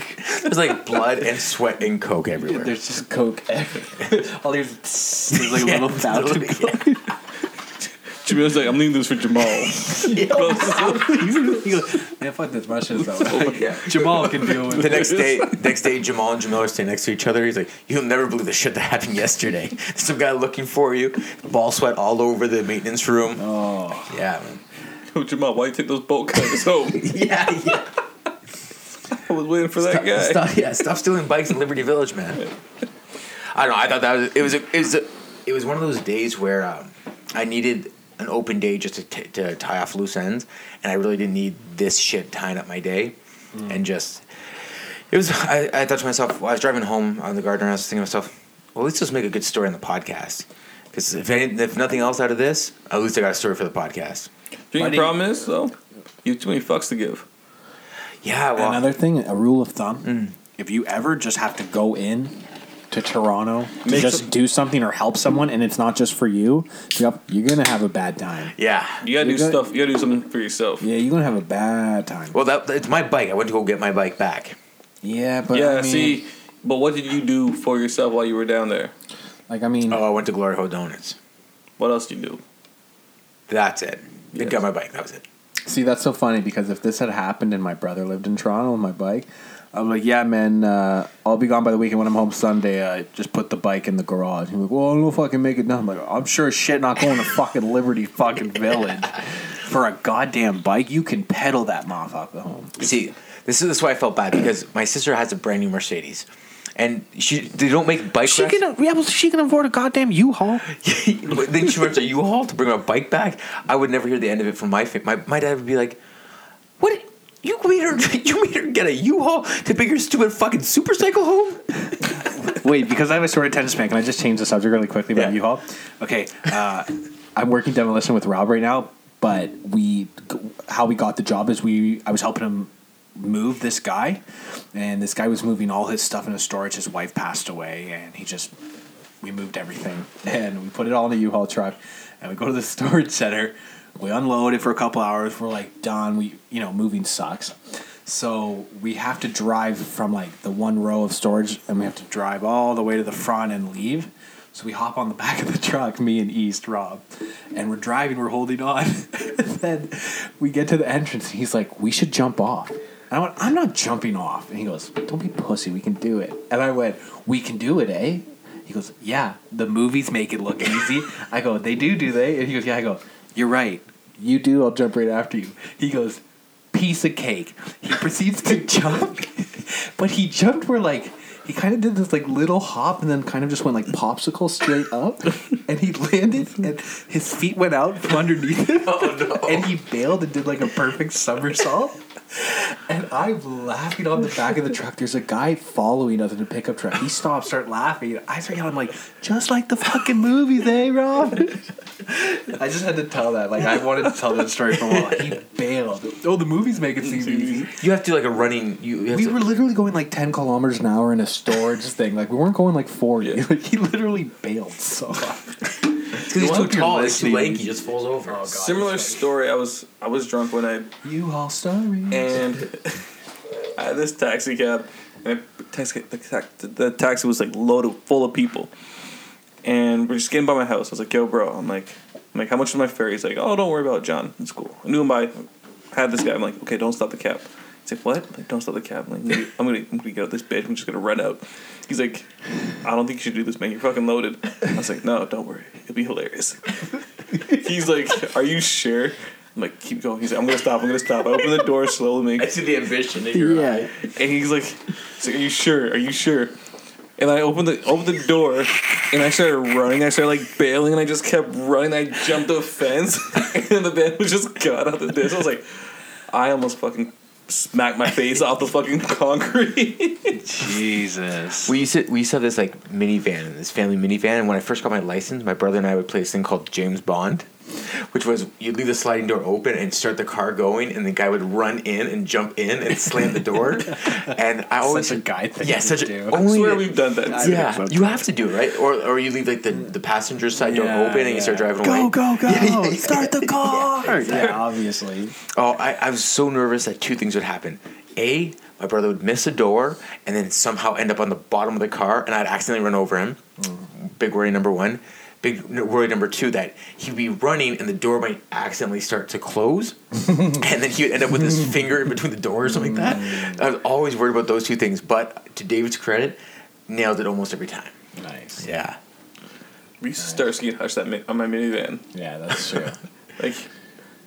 S1: was like blood and sweat and coke everywhere.
S4: there's just coke everywhere.
S5: All these there's like a
S1: Yeah,
S5: little fountain.
S3: Jamila's like, "I'm leaving this for Jamal."
S5: He goes,
S4: Man, fuck this. My shit is over.
S5: Jamal can deal with
S1: The
S5: it.
S1: next day, next day, Jamal and Jamal are standing next to each other. He's like, "You'll never believe the shit that happened yesterday. There's some guy looking for you. Ball sweat all over the maintenance room. Oh, yeah, man.
S3: Yo, Oh, Jamal, why you take those bolt cutters home?
S1: yeah, yeah.
S3: I was waiting for that guy.
S1: Stop, yeah, stop stealing bikes in Liberty Village, man. I don't know. I thought that was it was a, it was a, it was one of those days where um, I needed an open day just to, t- to tie off loose ends, and I really didn't need this shit tying up my day, and just it was. I, I thought to myself, while I was driving home on the gardener, and I was thinking to myself, well, let's just make a good story on the podcast. Because if, any- if nothing else out of this, at least I got a story for the podcast.
S3: Do you know
S1: Why
S3: what the
S1: do you-
S3: problem is though? You have too many fucks to give.
S1: Yeah, well,
S4: Another thing, a rule of thumb:
S5: Mm.
S4: if you ever just have to go in to Toronto to
S3: Make
S4: just
S3: some-
S4: do something or help someone, and it's not just for you, yep, you're gonna have a bad time.
S1: yeah.
S3: You gotta
S4: You
S3: do
S4: got-
S3: stuff. You gotta do something for yourself.
S4: Yeah, you're gonna have a bad time.
S1: Well, that it's my bike. I went to go get my bike back.
S4: Yeah, but
S3: Yeah,
S4: I mean,
S3: see, but what did you do for yourself while you were down there?
S4: like I mean,
S1: Oh, I went to Glory Hole Donuts.
S3: What else did you do?
S1: That's it. It got my bike. That was it.
S4: See, that's so funny because if this had happened and my brother lived in Toronto on my bike, I'm like, yeah, man, uh, I'll be gone by the weekend when I'm home Sunday. I just put the bike in the garage. He's like, well, I don't know if I can make it done. I'm like, I'm sure as shit not going to fucking Liberty fucking Village for a goddamn bike. You can pedal that motherfucker home.
S1: See, this is this is why I felt bad because my sister has a brand new Mercedes, and she they don't make bike.
S4: She
S1: racks.
S4: can, yeah, well, she can afford a goddamn U-Haul.
S1: But then she rents a U-Haul to bring her bike back. I would never hear the end of it from my fa- my my dad would be like, "What? You made her you made her get a U-Haul to bring her stupid fucking supercycle home?"
S4: Wait, because I have a short attention span, can I just change the subject really quickly about
S1: Yeah.
S4: U-Haul? Okay, uh, I'm working demolition with Rob right now, but we, how we got the job is we, I was helping him move this guy, and this guy was moving all his stuff into storage. His wife passed away, and he just, we moved everything, and we put it all in a U-Haul truck, and we go to the storage center. We unload it for a couple hours. We're like done. We, you know, moving sucks. So we have to drive from like the one row of storage and we have to drive all the way to the front and leave. So we hop on the back of the truck, me and East Rob, and we're driving, we're holding on. and then we get to the entrance and he's like, We should jump off. And I went, I'm not jumping off. And he goes, Don't be pussy, we can do it. And I went, We can do it, eh? He goes, Yeah, the movies make it look easy. I go, They do, do they? And he goes, Yeah, I go, You're right. You do, I'll jump right after you. He goes, piece of cake. He proceeds to jump, but he jumped where like he kind of did this like little hop and then kind of just went like popsicle straight up, and he landed and his feet went out from underneath him,
S1: Oh,
S4: and he bailed and did like a perfect somersault. And I'm laughing on the back of the truck. There's a guy following us in a pickup truck. He stops, start laughing. I start yelling, I'm like, just like the fucking movies, eh, Rob? I just had to tell that. Like, I wanted to tell that story for a while. He bailed. Oh, the movies make it seem easy.
S1: You have to do like a running. You, you have
S4: We
S1: to-
S4: were literally going like 10 kilometers an hour in a storage thing. Like, we weren't going like 40.
S3: Yeah.
S4: Like, he literally bailed so hard.
S1: 'cause he's too
S4: hope you're
S1: tall. He's too
S4: listening.
S1: lanky. He just falls over.
S4: Oh,
S3: Similar story. I was I was drunk one night
S4: You all story.
S3: and I had this taxi cab, and the taxi, the, taxi, the taxi was like loaded full of people, and we're just getting by my house. I was like, "Yo, bro," I'm like, "I'm like, how much is my fare?" He's like, "Oh, don't worry about it, John. It's cool." I knew him by, had this guy. I'm like, "Okay, don't stop the cab." He's like, "What?" I'm like, "Don't stop the cab." I'm like, "I'm gonna, I'm gonna get out this bitch. I'm just gonna run out." He's like, "I don't think you should do this, man. You're fucking loaded." I was like, "No, don't worry. It'll be hilarious." He's like, "Are you sure?" I'm like, "Keep going." He's like, "I'm gonna stop. I'm gonna stop." I open the door slowly.
S1: I
S3: Make
S1: see the ambition in your eye.
S3: and he's like, he's like, "Are you sure? Are you sure?" And I opened the opened the door, and I started running. I started like bailing, and I just kept running. I jumped the fence, and the van was just got out the ditch. I was like, I almost fucking smacked my face off the fucking concrete.
S5: Jesus.
S1: We used to we used to have this like minivan, this family minivan. And when I first got my license, my brother and I would play this thing called James Bond, which was you'd leave the sliding door open and start the car going, and the guy would run in and jump in and slam the door. and I always
S4: Such Oh, a guy thing
S1: Yeah,
S4: to
S1: such
S4: do.
S1: a
S4: I
S3: I
S1: only
S3: swear we've done that.
S1: yeah, you have to do it right, or or you leave like the the passenger side
S4: Yeah,
S1: door open and you start
S4: yeah.
S1: driving away.
S4: Go, go, go. Start the car. Yeah, obviously.
S1: Oh, I, I was so nervous that two things would happen. A, my brother would miss a door and then somehow end up on the bottom of the car, and I'd accidentally run over him. Big worry number one. Big n- worry number two that he'd be running and the door might accidentally start to close, and then he would end up with his finger in between the door or something like that. I was always worried about those two things, but to David's credit, nailed it almost every time.
S4: Nice. Yeah,
S1: Yeah.
S3: We used to Starsky and Hutch that mi- on my minivan.
S4: that's true.
S3: Like,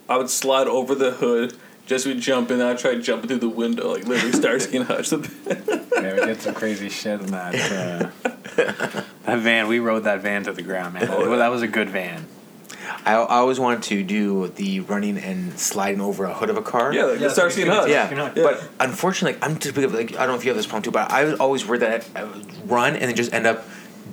S3: I would slide over the hood. Just would jump in. I tried jumping through the window, like literally Starsky and Hutch.
S4: yeah, we did some crazy shit in that. Uh,
S5: That van, we rode that van to the ground, man. That, that was a good van.
S1: I, I always wanted to do the running and sliding over a hood of a car.
S3: Yeah, like the Starsky and Hutch.
S1: Yeah,
S3: Yeah.
S1: but unfortunately, like, I'm too big of like I don't know if you have this problem too, but I was always worried that I would run and then just end up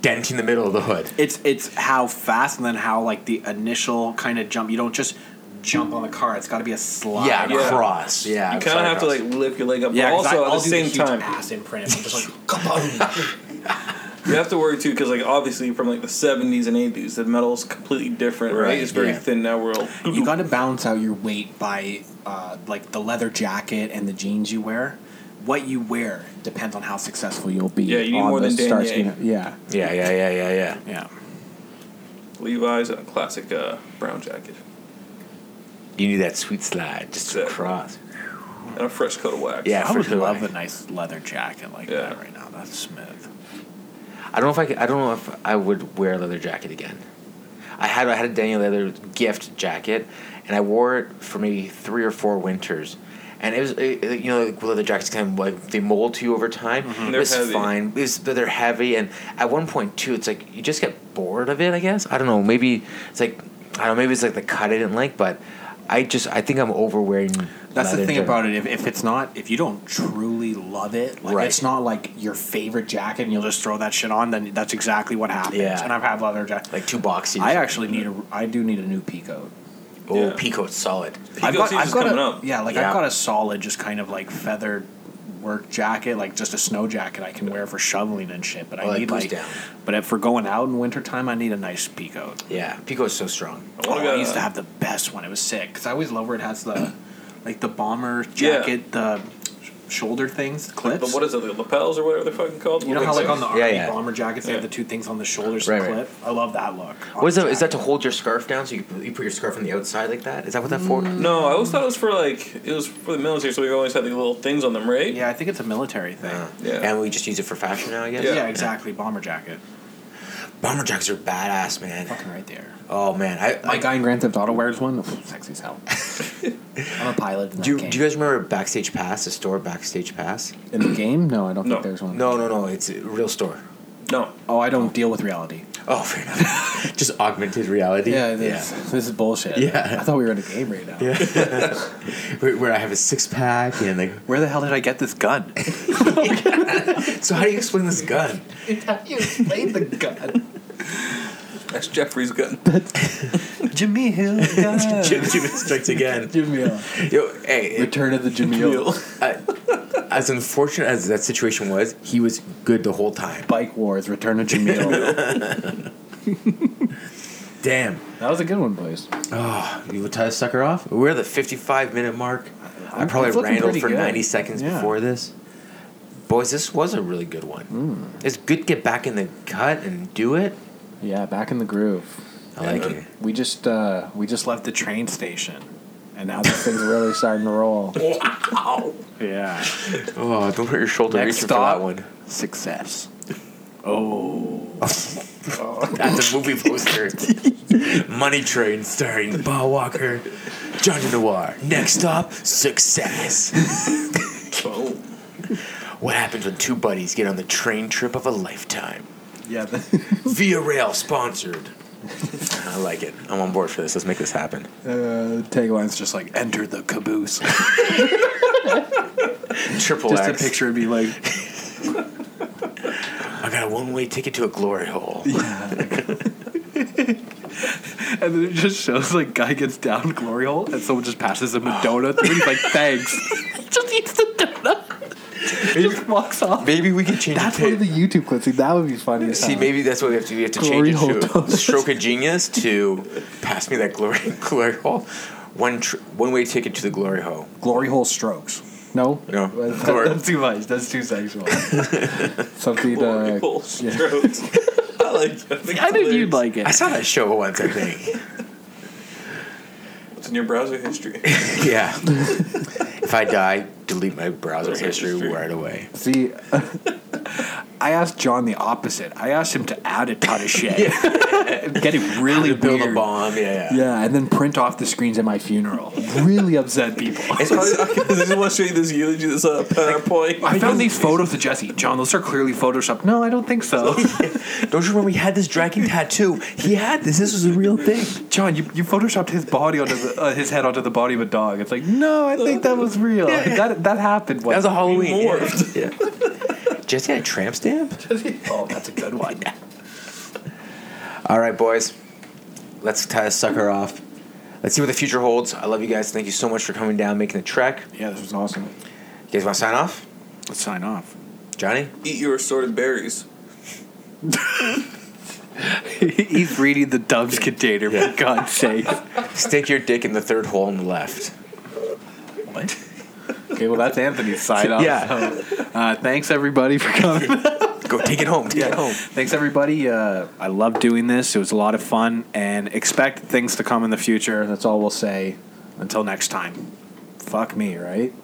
S1: denting the middle of the hood.
S5: It's it's how fast and then how like the initial kind of jump. You don't just
S4: jump on the car. It's got to be a slide.
S1: Yeah,
S3: Yeah.
S1: cross. Yeah,
S3: you kind of have to like lift your leg up. Yeah, also at the same time,
S4: ass imprint. I'm just like, kaboom.
S3: You have to worry too, because like obviously from like the seventies and eighties, the metal's completely different, right?
S1: Right,
S3: It's very
S1: yeah.
S3: thin now. We're all
S4: you got to balance out your weight by uh, like the leather jacket and the jeans you wear. What you wear depends on how successful you'll be.
S3: Yeah, you need
S4: on
S3: more
S4: the
S3: than
S4: star
S3: Danier.
S4: scheme. Yeah,
S1: yeah, yeah, yeah, yeah, yeah.
S4: yeah.
S3: Levi's and a classic uh, brown jacket
S1: You need that sweet slide just to
S3: Exactly.
S1: cross.
S3: and a fresh coat of wax.
S1: Yeah,
S4: I
S1: for
S4: would
S1: sure.
S4: love a nice leather jacket like
S3: Yeah.
S4: that right now. That's smooth.
S1: I don't know if I could, I don't know if I would wear a leather jacket again. I had I had a Daniel leather gift jacket, and I wore it for maybe three or four winters, and it was it, it- you know like leather jackets kind of like they mold to you over time. It
S3: Mm-hmm. They're
S1: was
S3: heavy.
S1: fine. It was, but they're heavy, and at one point too, it's like you just get bored of it. I guess I don't know. Maybe it's like I don't know. Maybe it's like the cut I didn't like, but I just I think I'm over wearing.
S4: That's
S1: leather
S4: the
S1: in
S4: thing
S1: general.
S4: about it. If, if it's not, if you don't truly love it, like
S1: Right.
S4: it's not like your favorite jacket and you'll just throw that shit on, then that's exactly what happens.
S1: Yeah.
S4: And I've had leather jackets.
S1: like too boxy.
S4: I actually need a, I do need a new peacoat.
S1: oh
S3: Yeah.
S1: peacoat's solid.
S3: Peacoat season's coming
S4: a,
S3: up.
S4: yeah, like
S1: Yeah.
S4: I've got a solid, just kind of like feathered work jacket, like just a snow jacket I can wear for shoveling and shit. But I
S1: Well, it
S4: need
S1: Oh, goes
S4: like,
S1: down.
S4: but if for going out in wintertime, I need a nice peacoat.
S1: Yeah, peacoat's so strong.
S3: I
S4: Oh,
S3: wanna
S4: I
S3: go-
S4: used to have the best one. It was sick because I always love where it has the, like the bomber
S3: Yeah.
S4: jacket, the sh- shoulder things, the clips.
S3: But what is it? The lapels or whatever they're fucking called.
S4: you know how like on the army
S1: Yeah, yeah.
S4: bomber jackets they have
S3: Yeah.
S4: the two things on the shoulders
S1: Right, right.
S4: clip. I love that look. on
S1: What is
S4: the
S1: that? Is that to
S4: jacket.
S1: hold your scarf down so you, put- you put your scarf on the outside like that? Is that what that for?
S4: Mm.
S3: No, I always thought it was for like it was for the military, so we always had the little things on them, right?
S4: Yeah, I think it's a military thing.
S1: Uh,
S3: Yeah.
S1: And we just use it for fashion now, I guess?
S4: yeah. exactly. Bomber jacket,
S1: Bomber jackets are badass, man.
S4: fucking right there.
S1: Oh, man. I,
S4: My
S1: I,
S4: guy in Grand Theft Auto wears one. Sexy as hell. I'm a pilot in that
S1: do, you-
S4: game.
S1: do you guys remember Backstage Pass, the store Backstage Pass?
S4: in the game? No, I don't
S3: No.
S4: think there's one.
S1: No, no, no. It's a real store.
S3: No.
S4: Oh, I don't deal with reality.
S1: Oh, fair enough. just augmented reality.
S4: Yeah, this, this is bullshit.
S1: Yeah.
S4: I thought we were in a game right now.
S1: Yeah. where, where I have a six pack and like.
S4: Where the hell did I get this gun?
S1: So, how do you explain this gun?
S4: you explained the gun.
S3: That's Jeffrey's gun.
S4: Jimmy Hill gun.
S1: Jim, Jim strikes again.
S4: Jimmy Hill.
S1: Yo, hey, it-
S4: Return of the Jimmy Hill.
S1: as unfortunate as that situation was, he was good the whole time.
S4: Bike Wars, Return of Jimmy Hill. that
S1: Damn.
S4: was a good one, boys.
S1: Oh, you would tie the sucker off? We're at the 55 minute mark. i
S4: I'm-
S1: probably
S4: it's looking
S1: rambled
S4: pretty
S1: for
S4: good.
S1: 90 seconds
S4: Yeah.
S1: before this. Boys, this was a really good one. It's good to get back in the cut and do it.
S4: Yeah, back in the groove.
S1: I like
S3: Yeah.
S1: it.
S4: We just uh, we just left the train station, and now this thing's really starting to roll. Yeah.
S1: Oh, don't hurt your shoulder
S4: Next
S1: reaching
S4: stop,
S1: for that one.
S4: success. Oh.
S1: That's a movie poster. Money Train starring Bob Walker, Johnny Noir. Next stop, success.
S3: Oh.
S1: What happens when two buddies get on the train trip of a lifetime?
S4: Yeah. the-
S1: Via Rail sponsored. I like it. I'm on board for this. Let's make this happen.
S4: uh, tagline's just like enter the caboose. just
S1: Triple
S4: a
S1: X.
S4: picture would be like
S1: I got a one way ticket to a glory hole.
S4: And then it just shows like guy gets down glory hole, and someone just passes him a donut, and he's like, "Thanks." just eats the donut. just walks off.
S1: Maybe we could change
S4: That's
S1: the
S4: one of the YouTube clips. Like, that would be funny. as
S1: See,
S4: hell.
S1: maybe that's what we have to do. We have to
S4: Glory
S1: change it
S4: hole
S1: to stroke of genius to pass me that glory glory hole. One tr- one way ticket to the glory hole.
S4: glory hole strokes. No,
S1: No.
S4: That-
S1: Glory-
S4: that's too much. That's too sexual. Something.
S3: Glory
S4: uh,
S3: hole strokes. I like. I, think
S4: I knew you'd
S3: hilarious.
S4: like it.
S1: I saw that show once, I think.
S3: It's in your browser history.
S1: yeah. If I die, delete my browser
S3: Browser
S1: history
S3: history.
S1: right away.
S4: See, I asked John the opposite. I asked him to add a ton of shit, get it really
S1: Build a
S4: weird.
S1: bomb, yeah. yeah.
S4: Yeah, and then print off the screens at my funeral. Really upset people.
S1: It's
S3: I
S1: probably-
S3: just want to show you this eulogy, this uh, PowerPoint.
S4: I found these photos of Jesse. John, those are clearly Photoshop. No, I don't think so.
S1: Don't you remember we had this dragon tattoo? He had this. This was a real thing.
S4: John, you, you photoshopped his body onto the, uh, his head onto the body of a dog. It's like, no, I think that was real. That that happened.
S1: That was
S4: Once.
S1: a Halloween.
S3: morphed.
S1: Yeah. Yeah. Jesse had a tramp stamp?
S4: oh, that's a good one.
S1: All right, boys. Let's tie a sucker off. Let's see what the future holds. I love you guys. Thank you so much for coming down, making the trek.
S4: Yeah, this was awesome.
S1: You guys want to sign off?
S4: Let's sign off.
S1: Johnny?
S3: Eat your assorted berries.
S4: He's reading the Dubs container, for God's sake.
S1: Stick your dick in the third hole on the left.
S4: Okay, well, that's Anthony's sign off.
S1: Yeah.
S4: So, uh, thanks, everybody, for coming.
S1: Go take it home. Take it home.
S4: Thanks everybody. Uh, I love doing this. It was a lot of fun, and expect things to come in the future. That's all we'll say. Until next time. Fuck me, right?